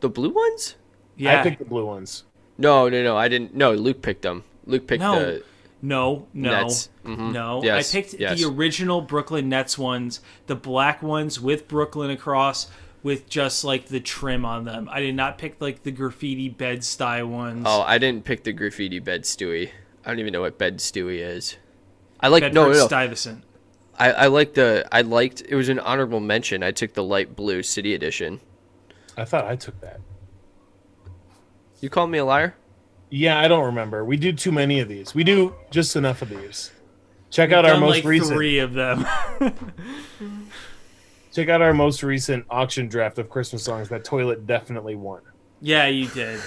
The blue ones?
Yeah.
I picked the blue ones.
No, no, no. I didn't. No, Luke picked them. Luke picked
No.
the.
No, no, Mm-hmm.
Nets. Mhm.
no.
Yes,
I picked
yes.
the original Brooklyn Nets ones, the black ones with Brooklyn across, with just like the trim on them. I did not pick like the graffiti bed style ones.
Oh, I didn't pick the graffiti bed Stewie. I don't even know what bed Stewie is. I like no,
Bedford
no. no.
Stuyvesant.
I, I like the. I liked. It was an honorable mention. I took the light blue city edition.
I thought I took that.
You called me a liar.
Yeah, I don't remember. We do too many of these. We do just enough of these. Check out our
Done,
most
like
recent.
three of them.
Check out our most recent auction draft of Christmas songs that Toilet definitely won.
yeah, you did.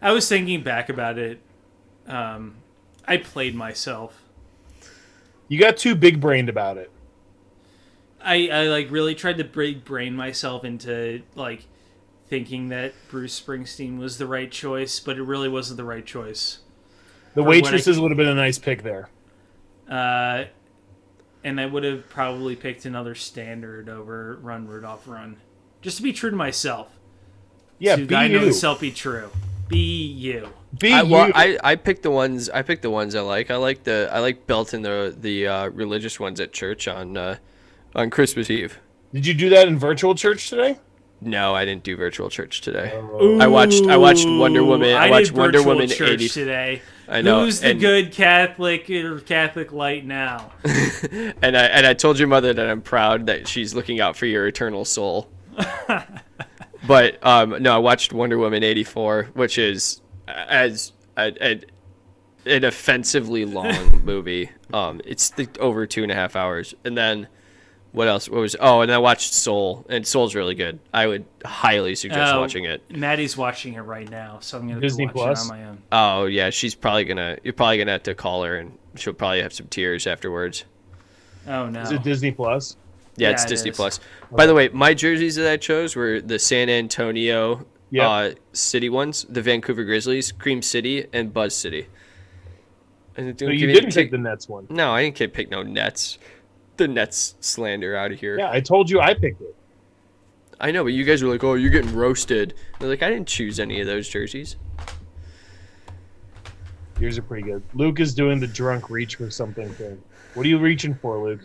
I was thinking back about it. Um, I played myself.
You got too big brained about it.
I, I like really tried to big brain myself into like thinking that Bruce Springsteen was the right choice, but it really wasn't the right choice.
The
From what I-
waitresses would have been a nice pick there.
Uh, and I would have probably picked another standard over Run Rudolph Run, just to be true to myself.
Yeah,
to
be
thine own
you.
self be true. Be you.
Be
I,
you.
well, I I picked the ones I picked the ones I like. I like the I like belting the the uh, religious ones at church on uh, on Christmas Eve.
Did you do that in virtual church today?
No, I didn't do virtual church today.
Oh.
I watched I watched Wonder Woman.
Ooh,
I,
did
watched Wonder
virtual
Woman
church
eighty.
today.
I know,
Who's the
and-
good Catholic or Catholic light now?
And I and I told your mother that I'm proud that she's looking out for your eternal soul. but um, no, I watched Wonder Woman '84, which is as a, a, an offensively long movie. Um, it's the, over two and a half hours, and then what else? What was? Oh, and I watched Soul, and Soul's really good. I would highly suggest
Uh,
watching it.
Maddie's watching it right now, so I'm gonna have
Disney
to watch
Plus?
it on my own.
Oh yeah, she's probably gonna. You're probably gonna have to call her, and she'll probably have some tears afterwards.
Oh no!
Is it Disney Plus?
Yeah,
Yeah,
it's
it
Disney
is.
Plus. By the way, my jerseys that I chose were the San Antonio
Yeah.
uh, City ones, the Vancouver Grizzlies, Cream City, and Buzz City. And
No, you didn't take the Nets one.
No, I didn't get- pick no Nets. The Nets slander out of here.
Yeah, I told you I picked it.
I know, but you guys were like, "Oh, you're getting roasted." They're like, "I didn't choose any of those jerseys."
Yours are pretty good. Luke is doing the drunk reach for something thing. What are you reaching for, Luke?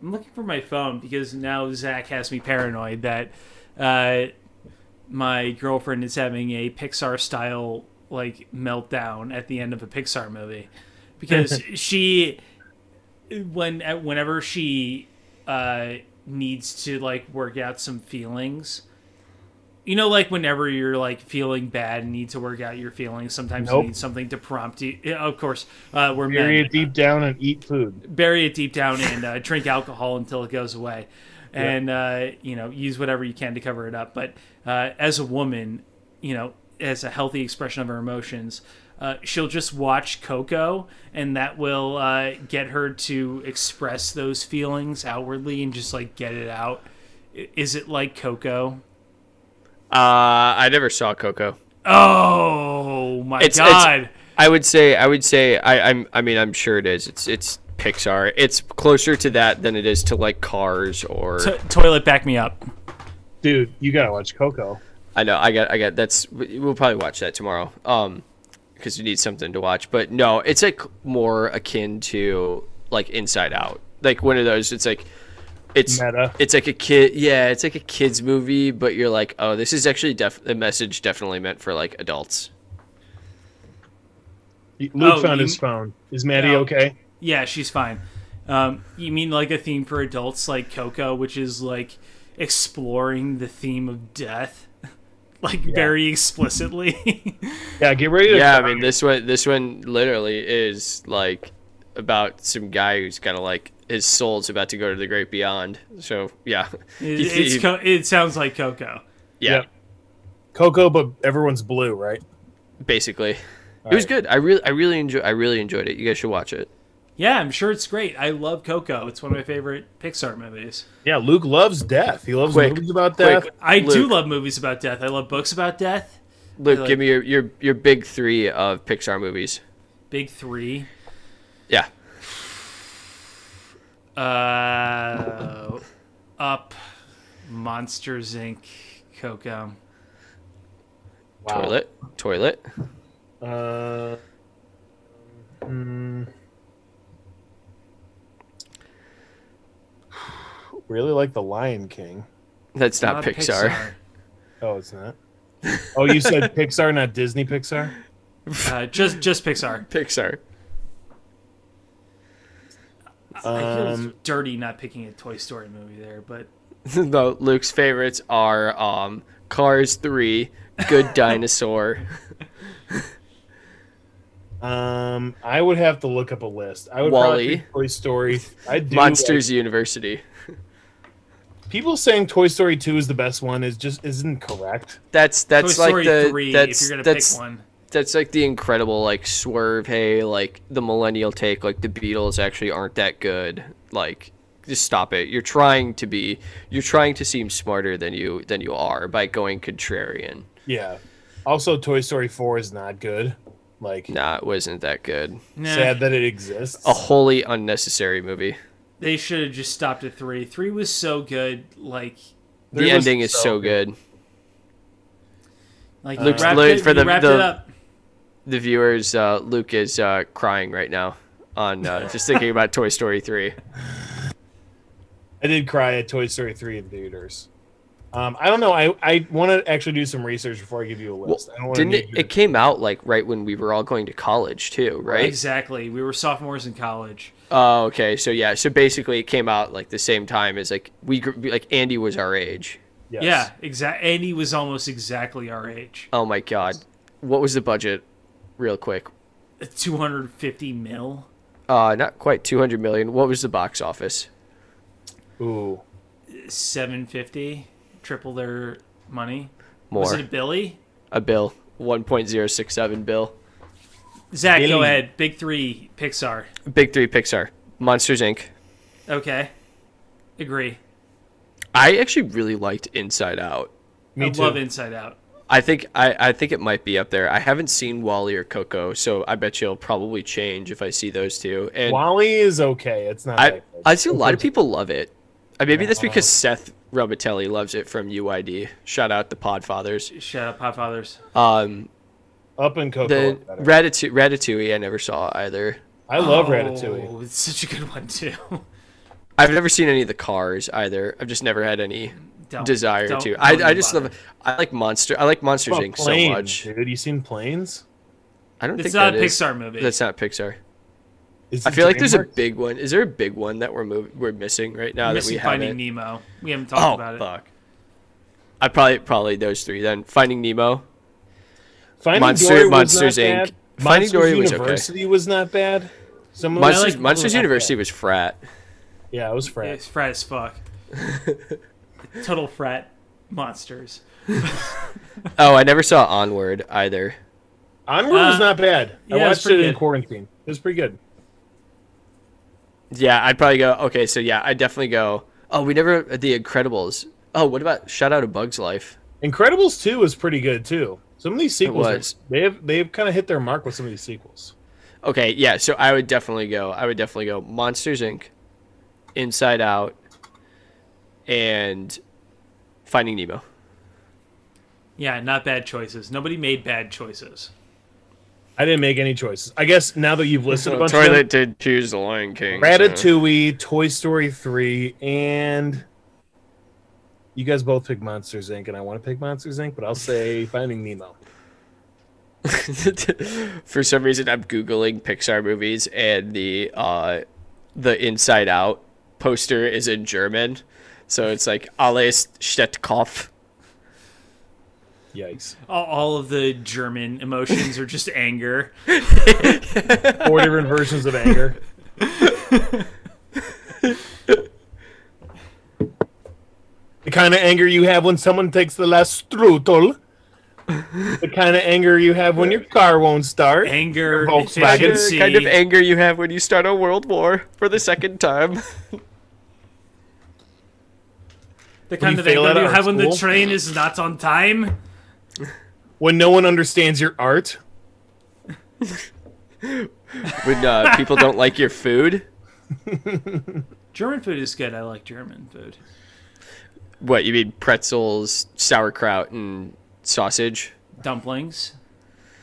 I'm looking for my phone because now Zach has me paranoid that uh, my girlfriend is having a Pixar style like meltdown at the end of a Pixar movie because she when whenever she uh, needs to like work out some feelings. You know, like whenever you're like feeling bad and need to work out your feelings, sometimes
Nope.
you need something to prompt you. Yeah, Of course, uh, we're
Bury
men
it deep down and eat food.
bury it deep down and uh, drink alcohol until it goes away and uh, you know use whatever you can to cover it up but uh, as a woman you know as a healthy expression of her emotions uh, she'll just watch coco and that will uh, get her to express those feelings outwardly and just like get it out I- is it like coco
Uh, I never saw Coco.
oh my
It's- it's-
god
I would say I would say I, I'm I mean I'm sure it is. It's it's Pixar. It's closer to that than it is to like Cars or
To- toilet back me up
Dude, you gotta watch Coco.
I know. I got. I got. That's. we- We'll probably watch that tomorrow. Um, because we need something to watch. But no, it's like more akin to like Inside Out. Like one of those. It's like. It's
Meta.
it's like a kid. Yeah, it's like a kids movie, but you're like, oh, this is actually def- a message definitely meant for like adults.
Luke found
you-
his phone. Is Maddie
No.
okay?
Yeah, she's fine. Um, you mean like a theme for adults, like Coco, which is like exploring the theme of death, like very explicitly.
Yeah, get ready to.
Yeah, I
cry.
mean this one. This one literally is like about some guy who's kind of like his soul's about to go to the great beyond. So yeah,
it,
You-
it's
you-
co- it sounds like Coco.
yeah.
Coco, but everyone's blue, right?
basically. it was good. I really, I really enjoy. I really enjoyed it. You guys should watch it.
Yeah, I'm sure it's great. I love Coco. It's one of my favorite Pixar movies.
Yeah, Luke loves death. He loves
Quick,
movies about
quick.
death.
I do
Luke.
love movies about death. I love books about death.
Luke,
like-
give me your, your your big three of Pixar movies.
Big three.
Yeah,
Uh, Up, Monsters Inc., Coco.
Wow.
toilet, toilet.
Uh, mm. really like the Lion King.
That's not, Pixar.
Oh, it's not. Oh, you said Pixar, not Disney Pixar.
Uh, just just Pixar.
Pixar.
I feel
Um,
dirty not picking a Toy Story movie there, but
no, Luke's favorites are um Cars three, Good Dinosaur.
um, I would have to look up a list. I would
Wall-E.
probably pick Toy Story. I do
Monsters University.
like- people saying Toy Story Two is the best one is just isn't correct.
That's
Toy
that's like
Story
the
three.
that's
if you're gonna
that's
pick one,
that's like the incredible like swerve. Hey, like the millennial take, like the Beatles actually aren't that good. Like, just stop it. You're trying to be, you're trying to seem smarter than you than you are by going contrarian.
Yeah. Also, Toy Story 4 is not good. Like,
Nah, it wasn't that good.
Nah,
sad that it exists.
A wholly unnecessary movie.
they should have just stopped at three. Three was so good. Like,
The
Three was
ending is
so
so good.
like
Luke's-
you wrapped
Luke,
it,
for
you
the-
wrapped
the-
it up.
The viewers, uh, Luke is uh, crying right now on uh, just thinking about Toy Story three.
I did cry at Toy Story 3 in theaters. Um, I don't know. I, I want to actually do some research before I give you a
Well,
list. I don't want
didn't
to.
it, it came out like right when we were all going to college too, right?
Exactly. We were sophomores in college.
Oh, okay. So yeah, so basically it came out like the same time as like we gr- like Andy was our age.
Yeah, exactly. And he was almost exactly our age.
Oh my god. What was the budget real quick?
250 mil.
Uh not quite 200 million. What was the box office?
Ooh.
750 triple their money was
More.
it a billy
a bill. 1.067 bill.
zach go
Billy.
ahead big three pixar
Big 3 Pixar. Monsters Inc.
okay agree
I actually really liked Inside Out.
Me
i
too.
love inside out
I think I, I think it might be up there. I haven't seen Wally or Coco, so I bet you'll probably change if I see those two. And
Wally is okay. It's Uh-huh. not.
I
that good.
I see a lot of people love it. Uh, maybe that's because Seth Robitelli loves it from UID. Shout out the Podfathers.
shout out pop fathers
Um,
Up in Coco.
the
is better.
Ratatouille, Ratatouille, I never saw either.
I love
Oh,
Ratatouille.
it's such a good one too
I've never seen any of the cars either. I've just never had any
Don't-
desire
don't-
to.
don't
I,
even
I just
bother.
love. I like monster. I like Monsters
About
Inc. so
planes,
much.
dude. You seen planes?
I don't
it's
think
not a
that is-
pixar movie
That's not Pixar.
Is
I
it
feel like there's a
DreamWorks?
big one. Is there a big one that we're mov- we're missing right now
missing
that we
finding
haven't?
nemo we haven't talked
Oh
about it
fuck! I probably probably those three then. Finding Nemo,
Finding
Monster-
Dory was
Monsters,
not
Inc.
bad.
Finding
Monsters
Dory was okay.
University was not bad. Some of
I
those-
Monsters,
like-
Monsters
I like
University
that.
was frat.
yeah, it was Fred.
it's frat as fuck total frat monsters
Oh, I never saw Onward either.
Onward
Uh,
was not bad.
yeah, it
I
was
watched it
pretty
in
good.
quarantine. It was pretty good.
Yeah, I'd probably go. Okay, so yeah, I definitely go. Oh, we never the Incredibles. Oh, what about Shout Out a Bug's Life?
Incredibles two was pretty good too. Some of these sequels,
was.
they have they've kind of hit their mark with some of these sequels.
Okay, yeah. So I would definitely go. I would definitely go Monsters Inc., Inside Out, and Finding Nemo.
yeah not bad choices nobody made bad choices
I didn't make any choices. I guess now that you've listed a bunch of them,
did choose the Lion King.
Ratatouille, Toy Story three, and you guys both pick Monsters Inc. And I want to pick Monsters Inc. But I'll say Finding Nemo.
For some reason, I'm googling Pixar movies, and the uh, the Inside Out poster is in German, so it's like alles steht Kopf.
Yikes!
all, all of the german emotions are just anger
Four different versions of anger. the kind of anger you have when someone takes the last strudel. The kind of anger you have when your car won't start.
anger
Volkswagen.
efficiency.
kind of anger you have when you start a world war for the second time.
The kind
you
of
fail
anger
at
you
art
have when the
school?
train is not on time.
When no one understands your art.
when uh, people don't like your food.
German food is good. I like German food.
What you mean pretzels, sauerkraut, and sausage,
Dumplings,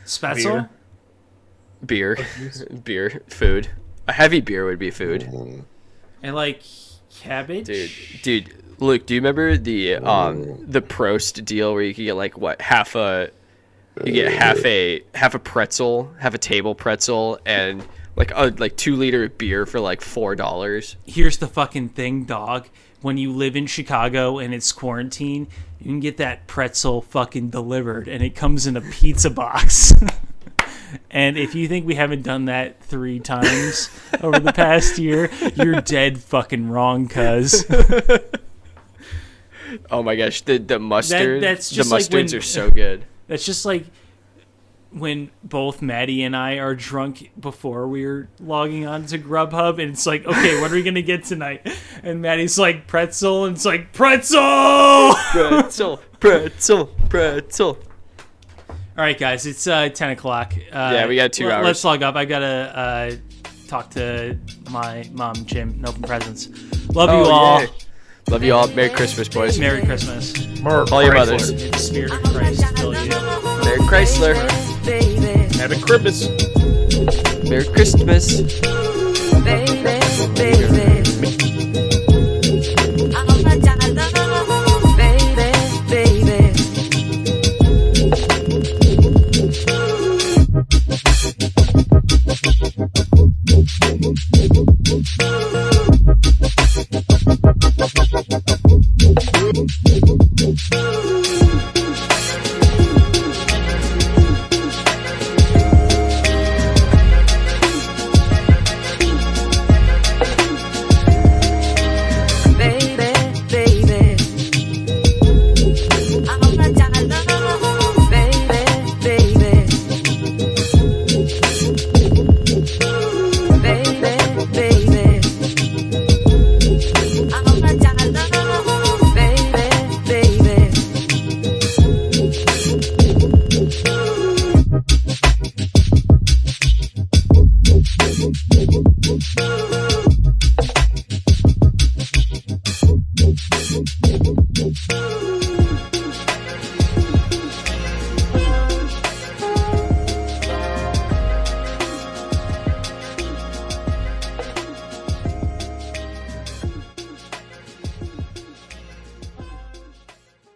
spatzel.
Beer.
beer, beer, food. A heavy beer would be food.
I like cabbage.
Dude, dude, Luke, do you remember the um the Prost deal where you could get like what half a you get half a half a pretzel, half a table pretzel, and like a like two liter of beer for like four dollars.
Here's the fucking thing, dog. When you live in Chicago and it's quarantine, you can get that pretzel fucking delivered, and it comes in a pizza box. and if you think we haven't done that three times over the past year, you're dead fucking wrong, cuz.
Oh my gosh, the the mustard,
that's
the
just like
mustards
when-
are so good.
That's just like when both Maddie and I are drunk before we're logging on to Grubhub, and it's like, okay, what are we gonna get tonight? And Maddie's like pretzel, and it's like pretzel. All
pretzel, pretzel, pretzel.
right, guys, it's uh, ten o'clock. Uh,
Yeah, we got two
let-
hours.
Let's log up. I gotta uh, talk to my mom, Jim, and open presents. Love you all.
Oh, yeah. Love you all. Merry Christmas, boys.
Merry Christmas.
all your mothers.
In the spirit of Christ, fill you.
Merry Chrysler.
Baby,
Have a Cribbis.
Merry Christmas.
baby, baby.